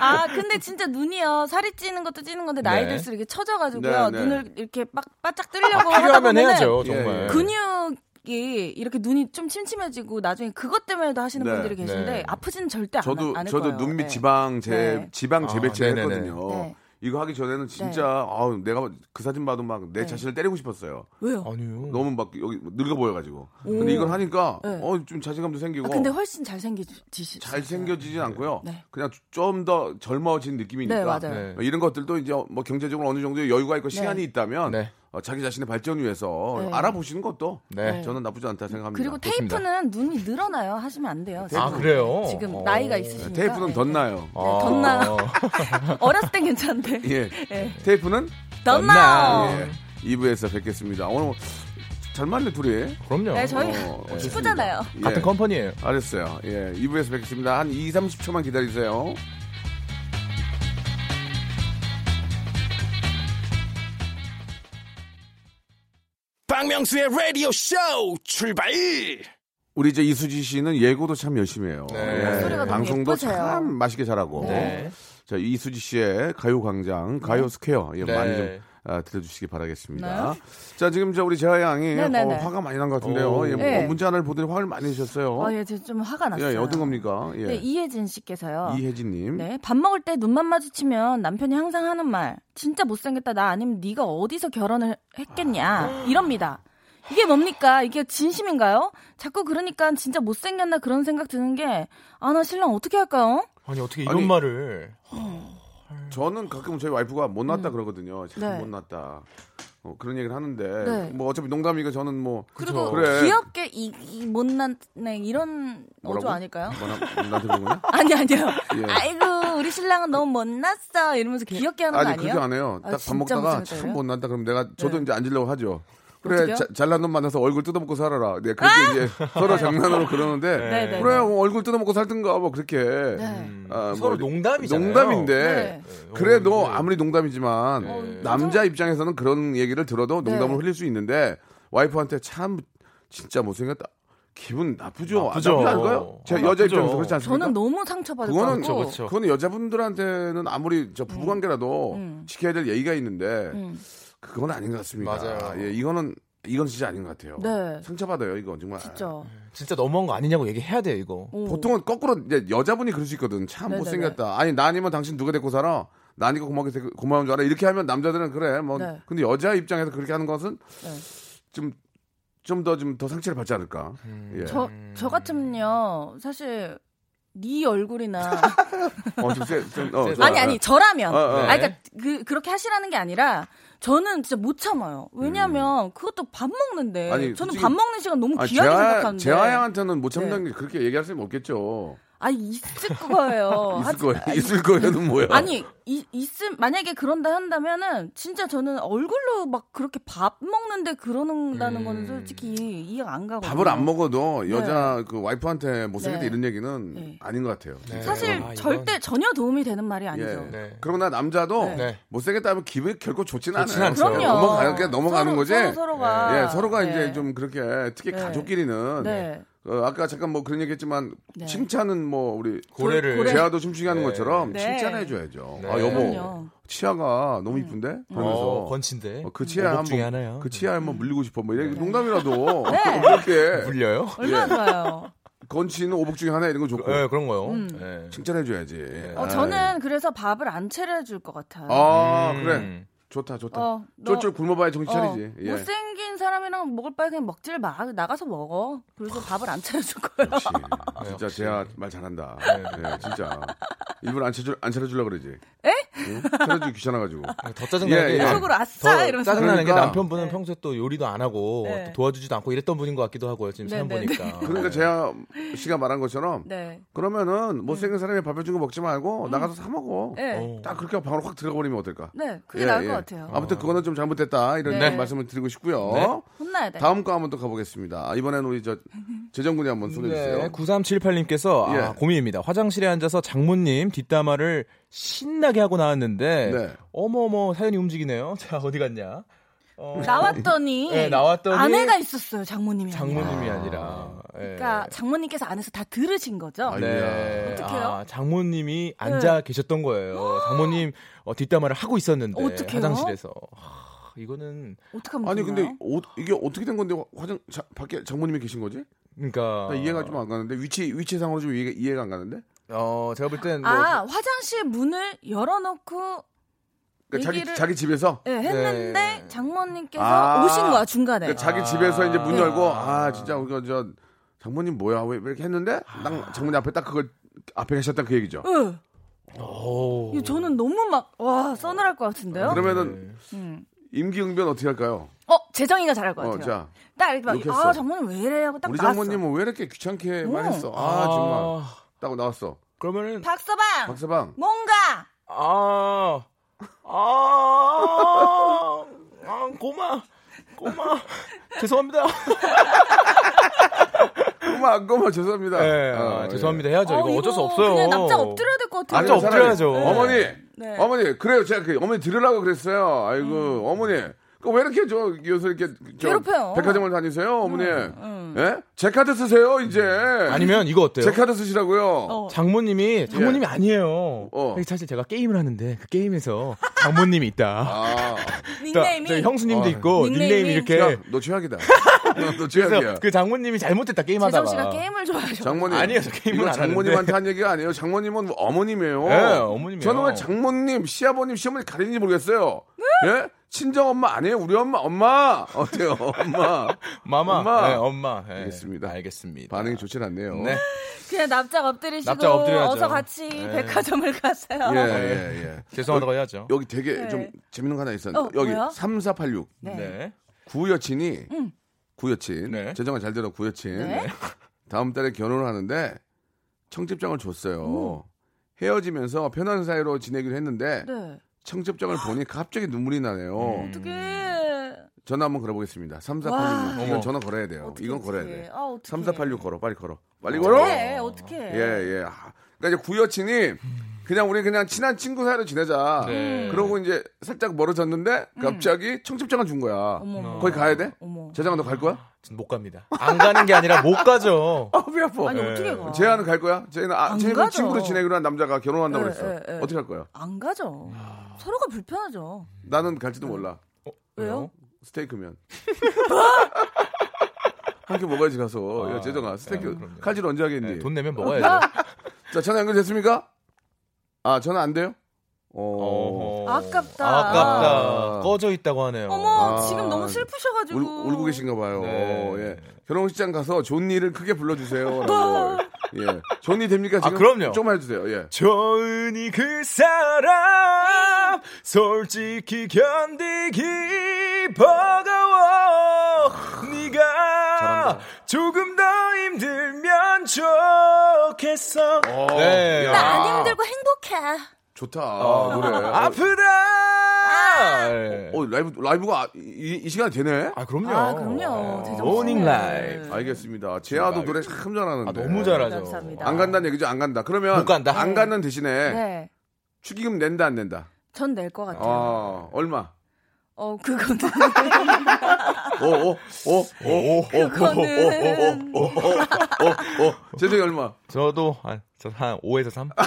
S6: 아 근데 진짜 눈이요 살이 찌는 것도 찌는 건데 나이
S7: 네.
S6: 들수록 이렇게 처져가지고요
S2: 네, 아, 네.
S6: 눈을 이렇게 빡 바짝 뜨려고 하다
S7: 필요하면
S6: 보면은
S7: 해야죠,
S2: 예,
S7: 정말.
S2: 예.
S6: 근육이 이렇게 눈이 좀 침침해지고 나중에 그것 때문에도 하시는
S2: 네,
S6: 분들이 계신데
S7: 네.
S6: 아프지는 절대
S2: 저도
S6: 안, 않을
S2: 저도
S6: 거예요.
S2: 눈
S6: 네.
S2: 밑 지방 재
S6: 네.
S2: 지방 재배치를
S7: 아, 네네네.
S2: 했거든요.
S6: 네. 네.
S2: 이거 하기 전에는 진짜 아우 내가 그 사진 봐도 막 내 자신을 때리고 싶었어요.
S6: 왜요?
S7: 아니요.
S2: 너무 막 여기 늙어 보여 가지고. 근데 이걸 하니까
S6: 네.
S2: 어 좀 자신감도 생기고
S6: 아, 근데 훨씬 잘생기지
S2: 잘 생겨지진 않고요.
S6: 네.
S2: 그냥 좀 더 젊어진 느낌이니까.
S6: 네, 맞아요.
S7: 네.
S2: 이런 것들도 이제 뭐 경제적으로 어느 정도 여유가 있고 시간이 있다면
S7: 네.
S2: 어, 자기 자신의 발전 을 위해서
S6: 네.
S2: 알아보시는 것도
S7: 네.
S2: 저는 나쁘지 않다 생각합니다. 네.
S6: 그리고
S7: 좋습니다.
S6: 테이프는 눈이 늘어나요. 하시면 안 돼요.
S7: 아,
S6: 지금.
S7: 그래요?
S6: 지금
S7: 어.
S6: 나이가 있으시니까.
S2: 테이프는
S6: 네.
S2: 덧나요.
S6: 네,
S7: 아,
S6: 덧나요. 어렸을 땐 괜찮은데.
S2: 예.
S6: 네.
S2: 테이프는
S6: 덧나요.
S2: 예. 2부에서 뵙겠습니다. 오늘 뭐, 잘 맞네 둘이.
S7: 그럼요.
S6: 네, 저희
S2: 어, 어,
S6: 기쁘잖아요.
S2: 예.
S7: 같은 컴퍼니예요.
S2: 알았어요. 예. 2부에서 뵙겠습니다. 한 2, 30초만 기다리세요.
S5: 박명수의 라디오 쇼 출발!
S2: 우리 이제 이수지 씨는 예고도 참 열심히 해요.
S7: 네.
S2: 예.
S7: 목소리가
S6: 너무
S2: 방송도
S6: 예쁘세요.
S2: 참 맛있게 잘하고.
S7: 네.
S2: 자, 이수지 씨의 가요광장, 가요스퀘어. 예,
S7: 네.
S2: 많이 좀 아, 들어주시기 바라겠습니다. 자, 지금 저 우리 재하 양이
S6: 네, 네,
S2: 어,
S6: 네.
S2: 화가 많이 난 것 같은데요.
S7: 오.
S2: 예, 뭐
S6: 네.
S2: 문자 하나를 보더니 화를 많이 내셨어요.
S6: 아, 예, 제가 좀 화가 났어요.
S2: 예, 어떤 겁니까? 예.
S6: 네, 이혜진 씨께서요.
S2: 이혜진님.
S6: 네, 밥 먹을 때 눈만 마주치면 남편이 항상 하는 말, 진짜 못생겼다. 나 아니면 네가 어디서 결혼을 했겠냐. 이럽니다. 이게 뭡니까? 이게 진심인가요? 자꾸 그러니까 진짜 못생겼나 그런 생각 드는 게, 아, 나 신랑 어떻게 할까요?
S7: 아니, 어떻게 이런
S2: 아니,
S7: 말을.
S2: 저는 가끔 저희 와이프가 못났다 그러거든요. 참
S6: 네.
S2: 못났다. 어, 그런 얘기를 하는데
S6: 네.
S2: 뭐 어차피 농담이니까 저는 뭐
S6: 그리고
S2: 그래.
S6: 귀엽게 이, 이 못난 네, 이런 어조
S2: 뭐라고?
S6: 아닐까요?
S2: 뭐나 나한테 그런 거냐?
S6: 아니 아니요.
S2: 예.
S6: 아이고 우리 신랑은 너무 못났어 이러면서 귀엽게 하는 거
S2: 아니
S6: 아니에요?
S2: 그렇게 안 해요. 딱
S6: 아,
S2: 밥
S6: 진짜
S2: 먹다가
S6: 무슨
S2: 참
S6: 소리예요?
S2: 못났다 그러면 내가 저도
S6: 네.
S2: 이제 앉으려고 하죠. 그래
S6: 어떡해요?
S2: 자- 잘난 놈 만나서 얼굴 뜯어먹고 살아라. 네, 그렇게 이제 서로 장난으로 그러는데
S6: 네, 네,
S2: 그래
S6: 네.
S2: 뭐 얼굴 뜯어먹고 살든가 뭐 그렇게
S6: 네.
S2: 아,
S7: 서로
S2: 뭐,
S7: 농담이잖아요.
S2: 농담인데
S6: 네.
S2: 그래도
S7: 네.
S2: 아무리 농담이지만 남자 입장에서는 그런 얘기를 들어도 농담을
S6: 네.
S2: 흘릴 수 있는데 와이프한테 참 진짜 못생겼다 기분 나쁘죠
S7: 나쁘죠.
S2: 나쁘지 않을까요? 제
S7: 아,
S2: 여자
S7: 나쁘죠.
S2: 입장에서 그렇지 않습니까?
S6: 저는 너무 상처받을 것
S2: 그러니까 그거는
S6: 같고.
S2: 그거
S7: 그쵸.
S2: 는 여자분들한테는 아무리 저 부부관계라도 지켜야 될 예의가 있는데
S6: 음.
S2: 그건 아닌 것 같습니다.
S7: 맞아요.
S2: 예, 이거는 이건 진짜 아닌 것 같아요.
S6: 네.
S2: 상처받아요 이건 정말.
S6: 진짜.
S7: 진짜 너무한 거 아니냐고 얘기해야 돼요, 이거.
S6: 오.
S2: 음. 보통은 거꾸로 이제 여자분이 그럴 수 있거든. 참
S6: 음. 네네네.
S2: 못생겼다. 아니 나 아니면 당신 누가 데리고 살아? 나니까 고마운 게 고마운 줄 알아. 이렇게 하면 남자들은 그래. 뭐
S6: 네.
S2: 근데 여자 입장에서 그렇게 하는 것은
S6: 네.
S2: 좀
S7: 음.
S2: 좀 더 좀 더 상처를 받지 않을까. 예.
S6: 저 저 같으면요 사실 네 얼굴이나
S2: 어, 좀 세, 좀, 어,
S7: 세다.
S2: 저,
S6: 아니 아니 저라면
S2: 어, 어.
S6: 아 그러니까 그 그렇게 하시라는 게 아니라 저는 진짜 못 참아요. 왜냐하면 그것도 밥 먹는데
S2: 음. 아니,
S6: 저는
S2: 솔직히-
S6: 밥 먹는 시간 너무
S2: 아니,
S6: 귀하게
S2: 재하,
S6: 생각하는데 네.
S2: 재하양한테는 못 참는 게 그렇게 얘기할 수는 없겠죠.
S6: 아 있을 거예요.
S2: 있을
S6: 어, 하지-
S2: 거예요.
S6: 아니,
S2: 있을 거예요는 뭐야?
S6: 아니 이- 있음 만약에 그런다 한다면은 진짜 저는 얼굴로 막 그렇게 밥 먹는데 그러는다는 거는 솔직히 이해가 안
S2: 음.
S6: 가거든요.
S2: 밥을 안 먹어도 여자 그 와이프한테 못생겼다
S6: 네.
S2: 이런 얘기는
S6: 네.
S2: 아닌 것 예, 같아요.
S7: 네.
S6: 사실
S7: 아, 이건-
S6: 절대 전혀 도움이 되는 말이 아니죠.
S2: 예.
S7: 네.
S2: 그러나 남자도
S7: 네.
S2: 못생겼다 하면 기분이 결코 좋진 않아요.
S7: 좋진 않죠.
S6: 그럼요.
S2: 넘어가는, 그냥 넘어가는
S6: 서로,
S2: 거지.
S6: 서로 서로가
S2: 예, 서로가
S6: 네.
S2: 이제 좀 그렇게 특히
S6: 네.
S2: 가족끼리는
S6: 네.
S2: 어, 아까 잠깐 뭐 그런 얘기했지만
S6: 네.
S2: 칭찬은 뭐 우리
S7: 고래를
S6: 고래.
S2: 제아도 춤추게 하는
S7: 네.
S2: 것처럼
S6: 네.
S2: 칭찬해 줘야죠.
S7: 네.
S2: 아 여보
S6: 그럼요. 음.
S2: 치아가 너무 이쁜데 그러면서
S7: 어, 건친데.
S2: 어, 그 치아
S7: 오복 중에
S2: 한번
S7: 하나요.
S2: 그 치아 한번 물리고 싶어 뭐 이런 농담이라도
S6: 네.
S2: 이렇게
S7: 물려요?
S6: 얼마나 좋아요.
S2: 건치는 오복 중에 하나 이런 거 좋고
S7: 예, 그런 거요.
S6: 음.
S7: 예.
S2: 칭찬해 줘야지.
S6: 어, 저는 그래서 밥을 안 차려줄 것 같아요.
S2: 예. 아
S7: 음.
S2: 그래 좋다 좋다.
S6: 어, 너-
S2: 쫄쫄 굶어봐야 정신 차리지.
S6: 어,
S2: 예.
S6: 못생긴 사람이랑 먹을 바에 그냥 먹지를 마 나가서 먹어. 그래서 밥을 안 차려줄 거예요.
S2: 역시.
S7: 네,
S2: 아, 진짜
S7: 역시.
S2: 제아 말 잘한다.
S7: 네.
S2: 예, 진짜 일부러 안 차려 안 차려주려 그러지. 에? 차려주기 귀찮아가지고.
S7: 더 짜증나는
S2: 예,
S7: 게
S2: 예.
S6: 속으로 아싸
S7: 더
S6: 이러면서.
S7: 짜증나는 게
S2: 그러니까.
S7: 남편분은 평소에 또 요리도 안 하고
S6: 네.
S7: 또 도와주지도 않고 이랬던 분인 것 같기도 하고요. 지금 사연
S6: 네, 네,
S7: 보니까.
S2: 그러니까 제아 씨가 말한 것처럼
S6: 네. 음.
S2: 그러면은 못생긴 사람이 밥 해준 거 먹지 말고 나가서 사 먹어.
S6: 네.
S7: 어.
S2: 딱 그렇게 하고 방으로 확 들어가 버리면 어떨까?
S6: 네, 그게
S2: 예,
S6: 나을
S2: 예.
S6: 것 같아요.
S2: 아무튼 그거는 좀 잘못됐다 이런
S6: 네.
S2: 말씀을 드리고 싶고요.
S7: 네.
S6: 혼나야 돼.
S2: 다음 거 한번 또 가보겠습니다. 아, 이번에는 우리 저 재정군이 한번 소개해 주세요.
S7: 네, 9378님께서
S2: 예.
S7: 아, 고민입니다. 화장실에 앉아서 장모님 뒷담화를 신나게 하고 나왔는데
S2: 네.
S7: 어머머 사연이 움직이네요. 자 어디 갔냐? 어,
S6: 나왔더니,
S2: 예,
S7: 네, 나왔더니
S6: 아내가 있었어요 장모님이. 아니라.
S7: 장모님이 아니라. 예.
S6: 그러니까 장모님께서 안에서 다 들으신 거죠.
S2: 아이고.
S7: 네.
S6: 어떡해요? 네.
S7: 아, 장모님이 앉아 계셨던 거예요. 장모님 어, 뒷담화를 하고 있었는데
S6: 어떡해요?
S7: 화장실에서 하, 이거는
S6: 어떻게 하면
S2: 아니
S6: 좋나요?
S2: 근데 어- 이게 어떻게 된 건데 화- 화장 자- 밖에 장모님이 계신 거지?
S7: 그러니까
S2: 나 네, 이해가 좀 안 가는데 위치 위치상으로 좀 이해가, 이해가 안 가는데?
S7: 어, 제가 볼 땐 뭐,
S6: 아 화장실 문을 열어놓고
S2: 그러니까
S6: 얘기를-
S2: 자기 자기 집에서
S6: 예, 했는데
S7: 네.
S6: 장모님께서
S2: 아.
S6: 오신 거야 중간에.
S2: 그러니까 자기
S7: 아.
S2: 집에서 이제 문
S7: 네.
S2: 열고 아 진짜 우리가 저 장모님 뭐야 왜, 왜 이렇게 했는데 딱 장모님 앞에 딱 그걸 앞에 계셨다 그 얘기죠.
S6: 예.
S7: 오.
S6: 이거 저는 너무 막 와 서늘할 것 같은데요.
S2: 그러면은
S7: 네.
S2: 음. 임기응변 어떻게 할까요?
S6: 어 재정이가 잘할 것
S2: 어,
S6: 같아요.
S2: 자
S6: 딱 이렇게
S2: 이렇게
S6: 막아
S2: 했어.
S6: 장모님 왜 이래 하고 딱
S2: 우리
S6: 나왔어. 음.
S2: 장모님은 왜 이렇게 귀찮게
S6: 오.
S2: 말했어? 아 정말 따고 나왔어.
S7: 그러면은
S6: 박서방
S2: 박서방
S6: 뭔가
S7: 아, 아, 아, 아, 고마, 고마. 죄송합니다.
S2: 꼬마 꼬마 죄송합니다.
S7: 네,
S2: 어,
S7: 아,
S2: 예.
S7: 죄송합니다. 해야죠. 이거 어쩔 수 없어요.
S6: 그냥 납작 엎드려야 될 것 같아요.
S7: 납작
S2: 아니, 차라리
S7: 엎드려야죠.
S2: 어머니,
S6: 네. 음.
S2: 어머니, 그래요. 제가 그 어머니 들으라고 그랬어요. 아이고, 어머니. 그 왜 이렇게 저 요새 이렇게 저
S6: 괴롭혀요. 음,
S2: 백화점을 다니세요, 어머니? 예? 제 카드 쓰세요, 이제.
S7: 음. 아니면 이거 어때요?
S2: 제 카드 쓰시라고요.
S6: 어.
S7: 장모님이 장모님이 아니에요.
S2: 예. 어.
S7: 사실 제가 게임을 하는데 그 게임에서 장모님이 있다.
S2: 아,
S6: 닉네임이
S7: 저 형수님도
S2: 어.
S7: 있고
S6: 닉네임이
S7: 닉네임이 이렇게
S2: 야, 너 최악이다. 너 최악이야.
S7: 예. 그래서 그 장모님이 잘못했다
S6: 재정
S7: 게임하다가.
S6: 씨가 게임을 좋아하셔.
S2: 장모님.
S7: 아니에요, 저 게임은
S2: 이건
S7: 안
S2: 장모님한테 한 얘기가 아니에요. 장모님은 어머님이에요.
S7: 예, 어머님이에요.
S2: 저는 왜 장모님, 시아버님, 시어머니 가리는지 모르겠어요.
S6: 네?
S2: 예? 친정 엄마 아니에요? 우리 엄마, 엄마! 어때요, 엄마?
S7: 마마,
S2: 엄마.
S7: 네, 엄마. 네.
S2: 알겠습니다.
S7: 알겠습니다.
S2: 반응이 좋진 않네요.
S7: 네.
S6: 그냥 납작 엎드리시고
S7: 납작 엎드려야죠.
S6: 어서 같이 백화점을 가세요.
S2: 네. 예, 예, 예.
S7: 죄송하다고 해야죠.
S2: 여기 되게
S6: 네.
S2: 좀 재밌는 거 하나 있었는데
S6: 어,
S2: 여기
S6: 뭐요?
S2: 3486
S6: 네.
S7: 네.
S2: 구여친이 구여친
S7: 네.
S2: 재정아 잘 들어 구여친
S6: 네.
S2: 다음 달에 결혼을 하는데 청첩장을 줬어요 헤어지면서 편한 사이로 지내기로 했는데
S6: 네. 음.
S2: 청첩장을 보니 갑자기 눈물이 나네요
S6: 어떻게?
S2: 전화 한번 걸어보겠습니다
S6: 와.
S2: 3486 이건
S7: 어머.
S2: 전화 걸어야 돼요 이건 걸어야 돼
S6: 아, 어떻게? 네,
S2: 3486 걸어 빨리 걸어 빨리 걸어
S6: 어떻게? 어떻게? 네.
S2: 예, 예. 아, 그러니까 이제 구여친이 그냥 우리 그냥 친한 친구 사이로 지내자.
S7: 네.
S2: 그러고 이제 살짝 멀어졌는데 갑자기 청첩장을 준 거야.
S6: 어머.
S2: 거기 가야 돼?
S6: 어머.
S2: 재장아 너 갈 거야?
S7: 전 못 갑니다. 안 가는 게 아니라 못 가죠.
S2: 아, 왜 아파?
S6: 아니
S7: 예.
S6: 어떻게 가?
S2: 재아는 갈 거야? 재는 아,
S6: 안
S2: 재는
S6: 가죠.
S2: 친구로 지내기로 한 남자가 결혼한다고
S6: 예,
S2: 그랬어.
S6: 예, 예.
S2: 어떻게 할 거야?
S6: 안 가죠.
S2: 아.
S6: 서로가 불편하죠.
S2: 나는 갈지도 몰라.
S6: 왜요?
S2: 스테이크면. 함께 먹어야지 가서.
S7: 아,
S2: 야,
S6: 네,
S2: 재정아 스테이크
S7: 아, 그럼요.
S2: 칼질 언제 하겠니?
S7: 네, 돈 내면 먹어야죠.
S2: 자 전화 연결됐습니까? 아 전화 안 돼요? 어.
S7: 어허.
S6: 아깝다.
S7: 아깝다. 꺼져 있다고 하네요.
S6: 어머
S2: 아,
S6: 지금 너무 슬프셔가지고
S2: 울, 울고 계신가 봐요.
S7: 네.
S6: 뭐.
S2: 어, 예. 결혼식장 가서 존니를 크게 불러주세요. 라고. 예. 존이 됩니까? 지금?
S7: 아, 그럼요.
S2: 조금만 해주세요. 예.
S7: 저은이 그 사람 솔직히 견디기 버거워 네가 조금 더 힘들면 좋겠어 네.
S2: 야.
S6: 나 안 힘들고 행복해.
S2: 좋다.
S7: 아.
S2: 아, 노래.
S7: 아프다 네.
S2: 어, 라이브, 라이브가 아- 이, 이 시간에 되네?
S7: 아 그럼요
S6: 아, 그럼요. 제정신이네.
S7: 모닝 라이브
S2: 알겠습니다. 제아도 노래 참 잘하는데.
S7: 아, 너무 잘하죠
S6: 네,
S7: 아,
S6: 감사합니다.
S2: 안 간다는 얘기죠, 안 간다. 그러면.
S7: 못 간다.
S2: 안 가는 대신에
S6: 네.
S2: 축의금 낸다, 안 낸다?
S6: 전 낼 것 같아요.
S2: 어, 얼마?
S6: 어, 그거는.
S2: 오, 오, 오, 오, 오, 오,
S6: 그거는.
S2: 오, 오, 오, 오, 오, 오, 오. 재정이 어. 얼마?
S7: 저도 한, 저한 5에서 3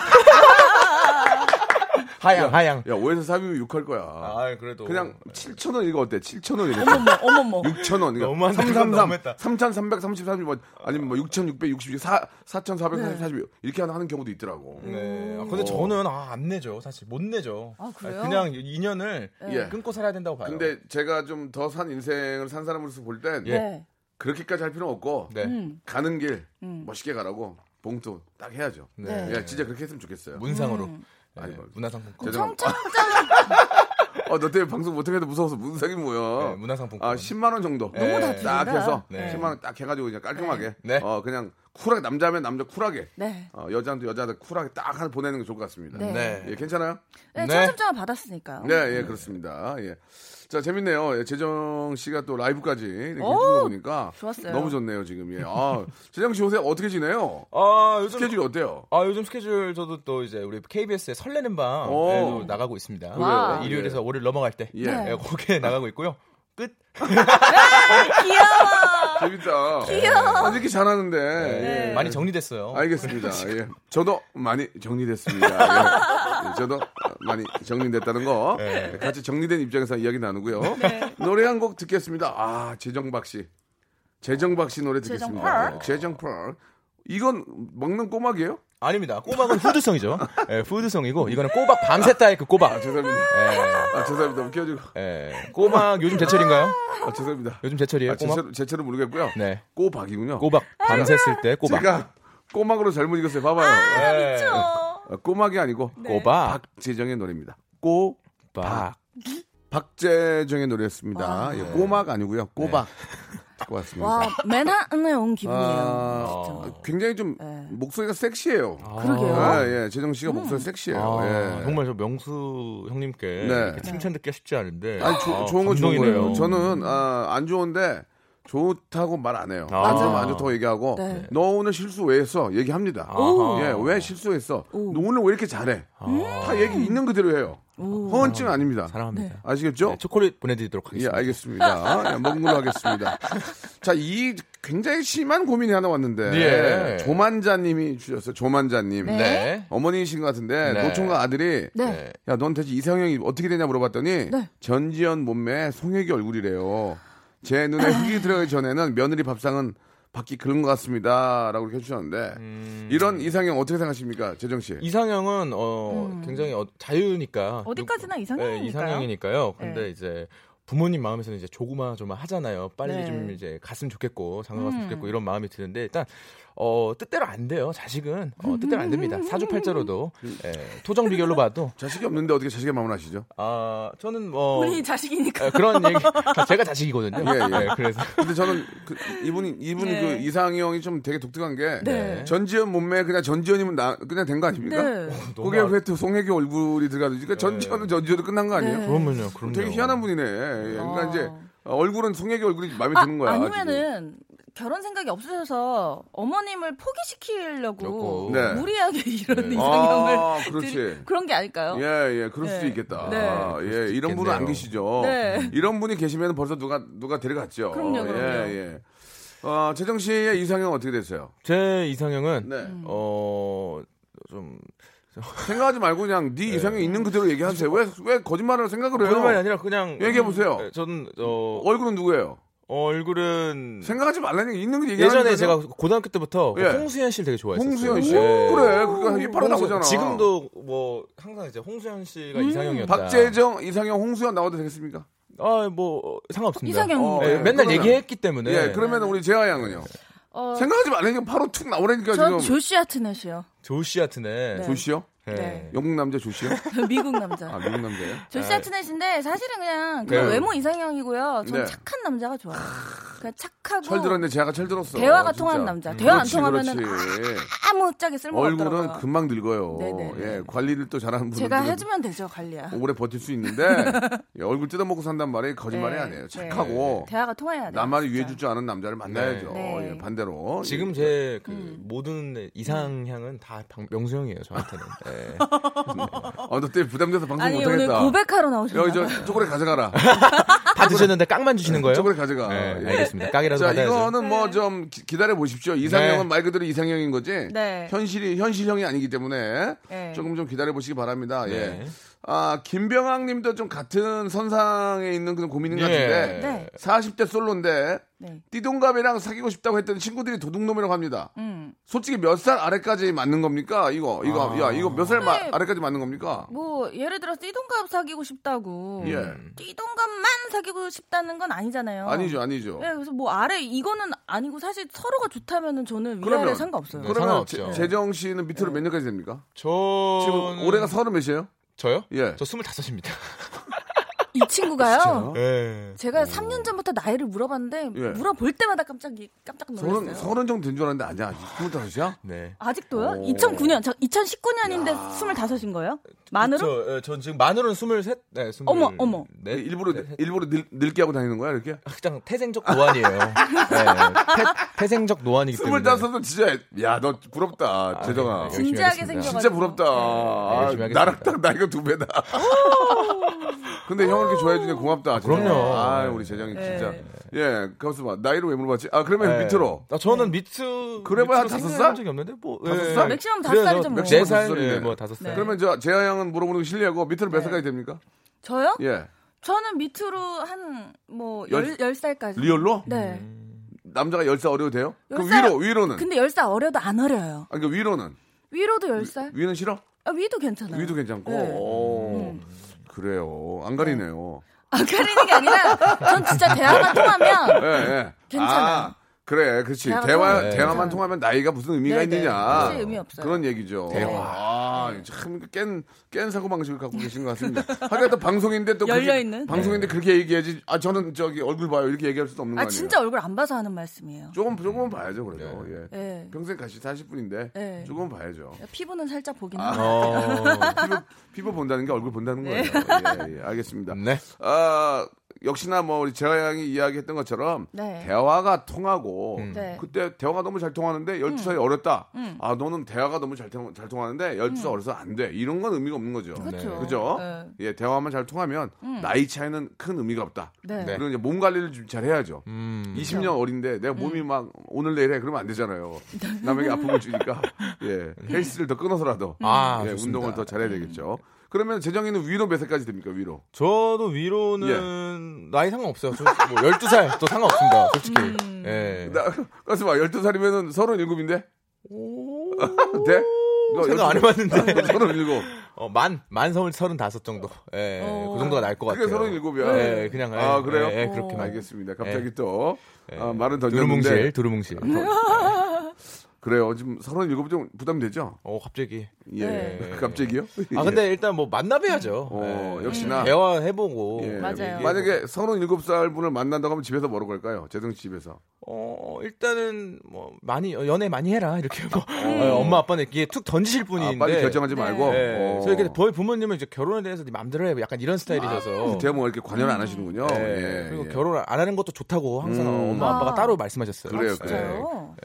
S7: 하향 하향
S2: 야, 5에서 3이면 6할 거야.
S7: 아, 그래도
S2: 그냥 7,000원 이거 어때? 7,000원 이거.
S6: 어머머, 어머머.
S2: 6,000원. 그러니까
S7: 너무한데,
S2: 333,
S7: 너무했다.
S2: 3,333, 뭐, 아니면 뭐 6,660, 4,440, 이렇게 하는, 하는 경우도 있더라고.
S7: 네. 아, 근데 저는 아, 안 내죠. 사실 못 내죠.
S6: 아, 그래요?
S7: 그냥 인연을
S2: 예.
S7: 끊고 살아야 된다고 봐요.
S2: 근데 제가 좀 더 산 인생을 산 사람으로서 볼 땐
S6: 네.
S2: 그렇게까지 할 필요는 없고
S7: 예. 네.
S6: 음.
S2: 가는 길
S7: 음.
S2: 멋있게 가라고 봉투 딱 해야죠.
S7: 네.
S2: 예, 진짜 그렇게 했으면 좋겠어요.
S7: 문상으로.
S6: 음.
S7: 예,
S2: 아니, 뭐.
S7: 문화상품권.
S2: 죄송합니다. 아. 어, 너 때문에 방송 못하게 해도 무서워서 문상이 뭐야.
S7: 네, 문화상품권.
S2: 아, 10만 원 정도.
S7: 너무 다
S2: 딱
S6: 드린다.
S2: 해서
S7: 네.
S2: 10만 원 딱 해가지고 그냥 깔끔하게.
S7: 네. 네.
S2: 어, 그냥 쿨하게 남자면 남자 쿨하게.
S6: 네.
S2: 어, 여자한테 여자한테 쿨하게 딱 하나 보내는 게 좋을 것 같습니다.
S6: 네.
S7: 네.
S2: 예, 괜찮아요?
S6: 네,
S7: 네.
S6: 청첩장을 받았으니까요.
S2: 네, 예, 그렇습니다. 예. 자, 재밌네요. 예, 재정 씨가 또 라이브까지 이렇게 해주는
S6: 오,
S2: 거 보니까
S6: 좋았어요.
S2: 너무 좋네요, 지금. 예. 아, 재정 씨 요새 어떻게 지내요?
S7: 아, 요즘
S2: 스케줄이 어때요?
S7: 아, 요즘 스케줄 저도 또 이제 우리 KBS의 설레는
S2: 오.
S7: 밤에도 네, 나가고 있습니다.
S6: 와우. 네.
S7: 네, 일요일에서 월요일 넘어갈 때.
S2: 예.
S7: 예, 거기에 나가고 있고요. 끝.
S6: 귀여워. 네.
S2: 재밌다. 귀여워. 이렇게 잘하는데. 예.
S7: 많이 정리됐어요.
S2: 알겠습니다. 예. 저도 많이 정리됐습니다. 예. 예, 저도 많이 정리됐다는 거 예, 같이 정리된 입장에서 이야기 나누고요.
S6: 네.
S2: 노래 한 곡 듣겠습니다. 아 재정박 씨, 재정박 씨 노래 듣겠습니다. 예,
S6: 재정펄.
S2: 재정펄. 이건 먹는 꼬막이에요?
S7: 아닙니다. 꼬박은 후드성이죠. 예, 후드성이고 이거는 꼬박 밤새다의 그 꼬박.
S2: 죄송합니다.
S7: 예.
S2: 아 죄송합니다. 웃겨지고.
S7: 예. 꼬박 요즘 제철인가요?
S2: 아 죄송합니다.
S7: 요즘 제철이에요.
S2: 아,
S7: 예, 꼬막.
S2: 제철, 제철은 모르겠고요.
S7: 네.
S2: 꼬박이군요.
S7: 꼬박 밤샜을 때 꼬박.
S2: 제가 꼬막으로 잘못 읽었어요. 봐봐요. 네.
S7: 예.
S2: 아, 꼬막이 아니고
S7: 네.
S6: 네.
S7: 꼬박.
S2: 박재정의 노래입니다. 꼬
S7: 박.
S2: 박재정의 노래였습니다. 예, 꼬막 아니고요.
S7: 네.
S2: 꼬박. 듣고 왔습니다.
S6: 네. 와, 맨하탄에 온 기분이에요.
S2: 아,
S6: 진짜.
S2: 굉장히 좀
S6: 네.
S2: 목소리가 섹시해요.
S6: 그러게요. 음.
S2: 아, 예, 재정 씨가 목소리 섹시해요.
S7: 아,
S2: 예. 네.
S7: 정말 저 명수 형님께 이렇게 칭찬 듣기가 쉽지 않은데.
S2: 아니, 조-
S7: 아,
S2: 좋은 건 좋은
S7: 감동이네요.
S2: 거예요. 저는 아, 안 좋은데 좋다고 말 안 해요.
S7: 아.
S2: 안 좋으면 안 좋다고 얘기하고
S6: 네.
S2: 너 오늘 실수 왜 했어? 얘기합니다.
S7: 아하. 아.
S2: 예, 왜 실수했어? 너 오늘 왜 이렇게 잘해? 다 얘기 있는 그대로 해요. 허언증 아닙니다.
S7: 사랑합니다.
S2: 아시겠죠?
S7: 네, 초콜릿 보내드리도록
S2: 예,
S7: 하겠습니다.
S2: 알겠습니다. 예, 먹는 걸로 하겠습니다. 자, 이 굉장히 심한 고민이 하나 왔는데
S7: 예.
S2: 조만자님이 주셨어요. 조만자님.
S7: 네.
S2: 어머니이신 것 같은데
S7: 네.
S2: 노총각 아들이
S6: 네.
S2: 야, 넌 대체 이상형이 어떻게 되냐 물어봤더니 전지현 몸매에 송혜교 얼굴이래요. 제 눈에 흙이 들어가기 전에는 며느리 밥상은 받기 그런 것 같습니다라고 이렇게 해주셨는데
S7: 음.
S2: 이런 이상형 어떻게 생각하십니까, 재정 씨?
S7: 이상형은 어 굉장히 어, 자유니까
S6: 네. 음. 어디까지나
S7: 누-
S6: 이상형이니까요.
S7: 네, 이상형이니까요. 근데
S6: 네.
S7: 이제 부모님 마음에서는 이제 조마조마 하잖아요. 빨리
S6: 네.
S7: 좀 이제 갔으면 좋겠고 장가 갔으면 좋겠고 이런 마음이 드는데 일단 어 뜻대로 안 돼요. 자식은 어, 뜻대로 안 됩니다. 사주팔자로도 예, 토정 비결로 봐도
S2: 자식이 없는데 어떻게 자식의 마음을 아시죠?
S7: 아 저는 뭐
S2: 어.
S6: 본인이 자식이니까.
S7: 예,
S2: 아,
S7: 그런 얘기 제가 자식이거든요.
S2: 예, 예.
S7: 예, 그래서
S2: 근데 저는 그 이분이 이분
S6: 네.
S2: 그 이상형이 좀 되게 독특한 게
S6: 네.
S2: 전지현 몸매 그냥 전지현이면 나 그냥 된 거 아닙니까?
S6: 네.
S2: 그게
S7: 너무
S2: 왜 또 송혜교 얼굴이 들어가도 그러니까 전지현은 전지현으로 끝난 거 아니에요?
S6: 네.
S7: 그러면요. 네. 그럼요.
S2: 되게 희한한 분이네. 예, 그러니까
S6: 아.
S2: 이제 얼굴은 송혜교 얼굴이 마음에
S6: 아,
S2: 드는 거야.
S6: 아니면은 결혼 생각이 없으셔서 어머님을 포기시키려고
S7: 그렇고.
S2: 네.
S6: 무리하게 이런
S7: 네.
S6: 이상형을
S2: 아, 그렇지.
S6: 드리- 그런 게 아닐까요?
S2: 지금. 예, 예, 그럴 수도
S6: 네.
S2: 있겠다.
S6: 네.
S2: 아, 예, 이런 분은 안
S7: 있겠네요.
S2: 계시죠.
S6: 네.
S2: 이런 분이 계시면 벌써 누가 누가 데려갔죠.
S6: 그럼요, 그럼요.
S2: 예, 예. 어, 재정 씨의 이상형 어떻게 되세요?
S7: 제 이상형은 어,
S2: 네.
S6: 음.
S7: 어좀
S2: 생각하지 말고 그냥 네 이상형 있는 그대로 얘기하세요. 왜 왜 거짓말을 생각을 해요?
S7: 거짓말이 아니라 그냥
S2: 얘기해 보세요.
S7: 네, 저는 어,
S2: 얼굴은 누구예요?
S7: 얼굴은
S2: 생각하지 말라니까 있는 게 얘기하는
S7: 예전에
S2: 거죠?
S7: 제가 고등학교 때부터
S2: 예.
S7: 홍수현 씨를 되게 좋아했어요. 예.
S2: 홍수현 씨 그래 그러니까 이게 바로 나오잖아. 음,
S7: 지금도 뭐 항상 이제 홍수현 씨가 이상형이었다.
S2: 박재정 이상형 홍수현 나와도 되겠습니까?
S7: 아뭐 상관없습니다.
S6: 이상형.
S2: 어,
S7: 예,
S2: 예,
S7: 맨날
S2: 그러면-
S7: 얘기했기 때문에.
S2: 예 그러면 우리 재하 양은요.
S6: 어,
S2: 생각하지 마. 그냥 바로 툭 나오라니까
S6: 전
S2: 지금.
S6: 조시 아트넷이요.
S7: 조시 아트네.
S2: 조시요?
S7: 네.
S6: 네.
S2: 영국 남자 조시요?
S6: 미국
S2: 아
S6: 남자.
S2: 미국 남자예요?
S6: 조시 아트넷인데 사실은 그냥 그냥
S2: 네.
S6: 외모 이상형이고요. 전
S2: 네.
S6: 착한 남자가 좋아요. 그냥 착하고
S2: 철 들었네. 제가 철 들었어.
S6: 대화가
S2: 진짜. 음,
S6: 통하는 남자. 대화 안
S2: 그렇지,
S6: 통하면은
S2: 그렇지.
S6: 아무짝에 쓸모가
S2: 얼굴은
S6: 없더라고요.
S2: 금방 늙어요.
S6: 네네.
S2: 예, 관리를 또 잘하는 분은
S6: 제가 해주면 되죠 관리야.
S2: 오래 버틸 수 있는데 예, 얼굴 뜯어먹고 산단 말이 거짓말이
S6: 네,
S2: 아니에요.
S6: 네.
S2: 착하고
S6: 대화가 통해야 돼.
S2: 나만을 위해 줄 줄 아는 남자를 만나야죠.
S6: 네. 네.
S2: 예, 반대로
S7: 지금 제 그
S6: 음.
S7: 모든 이상향은 다 방- 명수 형이에요 저한테는. 예.
S2: 어너때 부담돼서 방송
S6: 아니 오늘
S2: 못하겠다.
S6: 고백하러
S2: 여기
S6: 나오셨나요?
S2: 저 초콜릿 가져가라.
S7: 다 드셨는데 깡만 주시는 거예요?
S2: 초콜릿 가져가.
S7: 네,
S2: 예.
S7: 알겠습니다. 깡이라도
S2: 자
S7: 받아야죠.
S2: 이거는 뭐 좀 기다려 보십시오. 이상형은
S7: 네.
S2: 말 그대로 이상형인 거지.
S6: 네.
S2: 현실이 현실형이 아니기 때문에
S6: 네.
S2: 조금 좀 기다려 보시기 바랍니다. 예.
S7: 네.
S2: 아 김병학님도 좀 같은 선상에 있는 그런 고민인 것
S7: 예.
S2: 같은데
S6: 네.
S2: 40대 솔로인데
S6: 네.
S2: 띠동갑이랑 사귀고 싶다고 했더니 친구들이 도둑놈이라고 합니다.
S6: 음.
S2: 솔직히 몇 살 아래까지 맞는 겁니까? 이거 이거
S7: 아.
S2: 야 이거 몇 살
S6: 네.
S2: 아래까지 맞는 겁니까?
S6: 뭐 예를 들어 띠동갑 사귀고 싶다고.
S7: 음.
S2: 예.
S6: 띠동갑만 사귀고 싶다는 건 아니잖아요.
S2: 아니죠, 아니죠.
S6: 예, 그래서 뭐 아래 이거는 아니고 사실 서로가 좋다면은 저는 위아래
S2: 그러면- 네.
S6: 상관없어요.
S7: 그럼-
S2: 그러면
S7: 네, 상관없죠.
S2: 제- 재정 씨는 밑으로
S6: 네.
S2: 몇 년까지 됩니까?
S7: 저
S2: 지금 올해가 서른 몇이에요?
S7: 저요?
S2: 예.
S7: 저 스물다섯입니다.
S6: 이 친구가요.
S7: 예.
S6: 제가 3년 전부터 나이를 물어봤는데
S2: 그렇죠. 어. 예.
S6: 물어볼 때마다 깜짝 깜짝 놀랐어요.
S2: 서른 어. 서른 정도 된 줄 알았는데 아니야 아직 스물다섯이야?
S7: 네.
S6: 아직도요?
S2: 오.
S6: 2009년, 저 2019년인데 25인 거예요? 만으로?
S7: 저, 예, 전 지금 만으로는 스물셋. 네, 스물.
S6: 어머, 어머.
S7: 네.
S2: 일부러 일부러 늙, 늙게 하고 다니는 거야 이렇게?
S7: 그냥 태생적 노안이에요. 네. 태, 태생적 노안이기 때문에.
S2: 스물다섯은 진짜 야 너 부럽다 재정아.
S7: 네, 열심히
S6: 진지하게
S7: 하겠습니다. 네,
S6: 생겨가지고.
S2: 진짜 부럽다. 아,
S7: 열심히 하겠습니다.
S2: 나랑 딱 나이가 두 배다. 근데 형 이렇게 좋아해 주니 고맙다. 진짜.
S7: 그럼요. 네.
S2: 아, 우리 재정이 진짜.
S6: 네.
S2: 예, 가만있어 봐. 나이로 왜 물어봤지? 아, 그러면
S7: 예.
S2: 밑으로.
S7: 아, 저는 밑으로.
S2: 그래봐야
S7: 밑으로
S2: 다섯
S7: 생각해
S2: 살?
S7: 본 적이 없는데 뭐.
S2: 다섯 살?
S6: 네. 맥시멈 다섯 살이죠, 뭐.
S7: 네
S2: 맥시멈 다섯
S7: 살,
S2: 살이네.
S7: 예, 뭐 다섯 살.
S6: 네.
S2: 그러면 저 재하 형은 물어보는 거 실례하고 밑으로 몇 살까지 됩니까?
S6: 저요?
S2: 예.
S6: 저는 밑으로 한뭐
S2: 열-
S6: 10살까지.
S2: 리얼로? 음.
S6: 네.
S2: 남자가 10살 어려도 돼요? 그럼
S6: 열 살-
S2: 위로 위로는.
S6: 근데 10살 어려도 안 어려요.
S2: 아, 그러니까 위로는.
S6: 위로도 10살?
S2: 위는 싫어?
S6: 아, 위도 괜찮아요.
S2: 위도 괜찮고.
S6: 네.
S2: 오. 그래요. 어, 안 가리네요.
S6: 아, 가리는 게 아니라 전 진짜 대화만 통하면
S2: 예, 예.
S6: 괜찮아요.
S2: 아, 그래, 그렇지.
S6: 대화가
S2: 대화,
S6: 통하면
S2: 그러니까
S7: 네.
S2: 대화만 통하면 나이가 무슨 의미가
S6: 네네.
S2: 있느냐.
S6: 사실 의미 없어요. 네.
S2: 그런 얘기죠. 대화. 아, 참, 깬, 깬 사고방식을 갖고 계신 것 같습니다. 하여간 또 방송인데 또. 그렇게-
S6: 열려있는?
S2: 방송인데
S7: 네.
S2: 그렇게 얘기해야지. 아, 저는 저기 얼굴 봐요. 이렇게 얘기할 수도 없는 거
S6: 아,
S2: 아니에요.
S6: 진짜 얼굴 안 봐서 하는 말씀이에요.
S2: 조금, 조금은 봐야죠, 그래도.
S7: 네.
S2: 예.
S6: 예.
S2: 평생 같이 40분인데.
S6: 네.
S2: 조금은 봐야죠.
S6: 피부는 살짝 보긴
S2: 아,
S6: 하는데.
S7: 어.
S2: 피부, 피부 본다는 게 얼굴 본다는
S6: 네.
S2: 거예요. 예, 예, 알겠습니다.
S7: 네.
S2: 아, 역시나 뭐 우리 재하 양이 이야기했던 것처럼
S6: 네.
S2: 대화가 통하고
S6: 네. 음.
S2: 그때 대화가 너무 잘 통하는데 12살이 어렸다. 아, 너는 대화가 너무 잘, 통- 잘 통하는데 12살 어려서 안 돼. 이런 건 의미가 없는 거죠.
S6: 음. 그쵸.
S2: 그죠?
S6: 네. 음.
S2: 예, 대화만 잘 통하면 나이 차이는 큰 의미가 없다.
S6: 네.
S7: 네.
S2: 그리고 이제 몸 관리를 좀 잘 해야죠.
S7: 음.
S2: 20년 어린데 내가 몸이 막 오늘 내일 해 그러면 안 되잖아요. 남에게 아픔을 주니까 예, 헬스를 더 끊어서라도
S7: 음. 아,
S2: 예,
S7: 좋습니다. 음.
S2: 운동을 더 잘해야 되겠죠. 그러면 재정이는 위로 몇 살까지 됩니까? 위로.
S7: 저도 위로는
S2: 예.
S7: 나이 상관없어요. 저, 뭐 12살 또
S6: 음.
S7: 상관없습니다. 솔직히. 예.
S2: 나, 가서 봐, 12살이면 37인데? 네? 너
S7: 생각 안 해봤는데.
S2: 37.
S7: 어, 만, 만 서울 35 정도. 예.
S6: 어.
S7: 그 정도가 날 것
S2: 그게
S7: 같아요.
S2: 37이야.
S7: 예, 그냥.
S2: 아,
S7: 예,
S2: 그래요?
S7: 예, 그렇게 말. 예.
S2: 알겠습니다. 갑자기 또, 아, 말은
S7: 두루뭉실,
S2: 던졌는데. 네.
S7: 두루뭉실.
S2: 그래요. 지금 37좀 부담되죠?
S7: 어, 갑자기.
S2: 예.
S7: 네.
S2: 갑자기요? 예.
S7: 아, 근데 일단 뭐 만나봐야죠.
S2: 어,
S7: 예.
S2: 역시나.
S7: 대화해보고. 음.
S2: 예.
S6: 맞아요.
S2: 만약에 37살 분을 만난다고 하면 집에서 뭐라고 할까요? 재정 씨 집에서.
S7: 어, 일단은 뭐 많이, 어, 연애 많이 해라. 이렇게 뭐. 어, 엄마, 아빠는 이게 툭 던지실
S2: 아,
S7: 분인데.
S2: 빨리 결정하지
S6: 네.
S2: 말고.
S7: 예.
S2: 어.
S7: 저희 근데 거의 부모님은 이제 결혼에 대해서 네 맘대로 해. 약간 이런 스타일이셔서.
S2: 제가 뭐 이렇게 관여를 안 하시는군요.
S7: 예.
S2: 예,
S7: 그리고
S2: 예.
S7: 결혼 안 하는 것도 좋다고 항상
S2: 음.
S7: 엄마 아빠가
S6: 아.
S7: 따로 말씀하셨어요.
S2: 그래요, 그래요.
S6: 진짜요?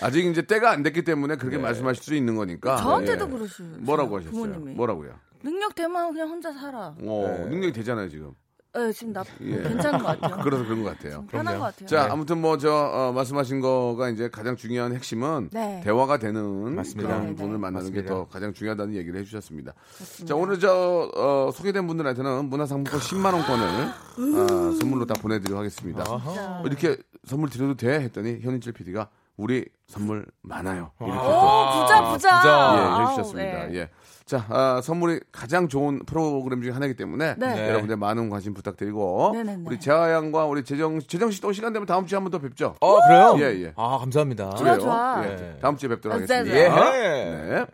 S2: 아직 이제 때가 안 됐기 때문에 그렇게
S7: 네.
S2: 말씀하실 수 있는 거니까.
S6: 저한테도
S2: 예.
S6: 그러시요
S2: 뭐라고 하셨어요?
S6: 부모님이.
S2: 뭐라고요?
S6: 능력 되면 그냥 혼자 살아.
S2: 어,
S7: 네.
S2: 능력이 되잖아요, 지금.
S6: 예, 지금 나
S2: 예.
S6: 괜찮은 것 같아요.
S2: 그래서 그런 것 같아요.
S6: 편한 것 같아요.
S2: 자, 아무튼 뭐, 저, 어, 말씀하신 거가 이제 가장 중요한 핵심은
S6: 네.
S2: 대화가 되는
S7: 맞습니다.
S2: 그런
S6: 네, 네.
S2: 분을 만나는 게
S7: 맞습니다.
S2: 더 가장 중요하다는 얘기를 해주셨습니다. 자, 오늘 저, 어, 소개된 분들한테는 문화상품권 10만원권을
S6: 음.
S2: 선물로 다 보내드리도록 하겠습니다.
S7: 아하.
S2: 이렇게 선물 드려도 돼? 했더니 현인철 PD가
S8: 우리 선물 많아요. 이렇게
S6: 오,
S8: 또
S6: 부자, 부자.
S7: 부자.
S8: 예,
S6: 아우,
S8: 해주셨습니다.
S6: 네.
S8: 예. 자, 아, 선물이 가장 좋은 프로그램 중에 하나이기 때문에
S6: 네. 네.
S8: 여러분들 많은 관심 부탁드리고
S6: 네네네.
S8: 우리 재하 양과 우리 재정 재정 씨 또 시간 되면 다음 주에 한 번 더 뵙죠.
S7: 어 그래요?
S8: 예, 예.
S7: 아 감사합니다.
S6: 좋아, 좋아.
S8: 예, 다음 주에 뵙도록
S6: 네, 네,
S8: 하겠습니다.
S6: 네.
S8: 네.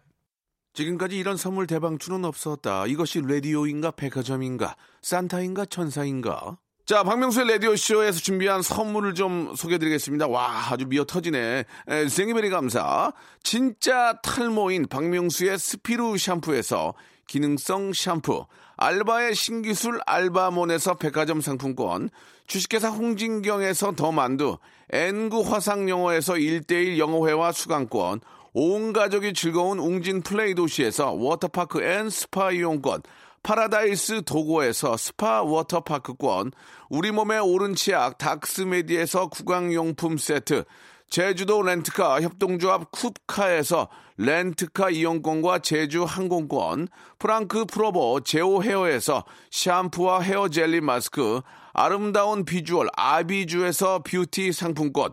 S8: 지금까지 이런 선물 대방출은 없었다. 이것이 라디오인가 백화점인가 산타인가 천사인가. 자, 박명수의 라디오 쇼에서 준비한 선물을 좀 소개드리겠습니다. 해 와, 아주 미어 터지네. 에, 생이베리 감사. 진짜 탈모인 박명수의 스피루 샴푸에서 기능성 샴푸. 알바의 신기술 알바몬에서 백화점 상품권. 주식회사 홍진경에서 더 만두. N구 화상영어에서 1대1 영어회화 수강권. 온 가족이 즐거운 웅진 플레이 도시에서 워터파크 앤 스파 이용권, 파라다이스 도고에서 스파 워터파크권, 우리 몸의 오른 치약 닥스메디에서 구강용품 세트, 제주도 렌트카 협동조합 쿱카에서 렌트카 이용권과 제주 항공권, 프랑크 프로보 제오 헤어에서 샴푸와 헤어 젤리 마스크, 아름다운 비주얼 아비주에서 뷰티 상품권,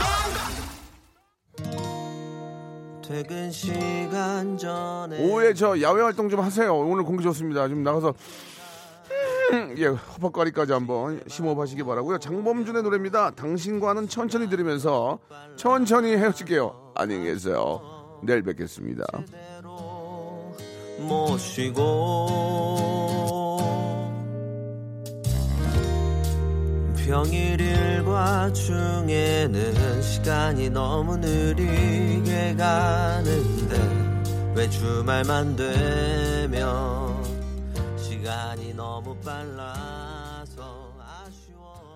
S9: 퇴근 시간 전에
S8: 오후에 저 야외 활동 좀 하세요. 오늘 공기 좋습니다. 좀 나가서 음, 예 허벅거리까지 한번 심호흡하시기 바라고요. 장범준의 노래입니다. 당신과는 천천히 들으면서 천천히 헤어질게요. 안녕히 계세요. 내일 뵙겠습니다.
S9: 모시고 평일 일과 중에는 시간이 너무 느리게 가는데 왜 주말만 되면 시간이 너무 빨라서 아쉬워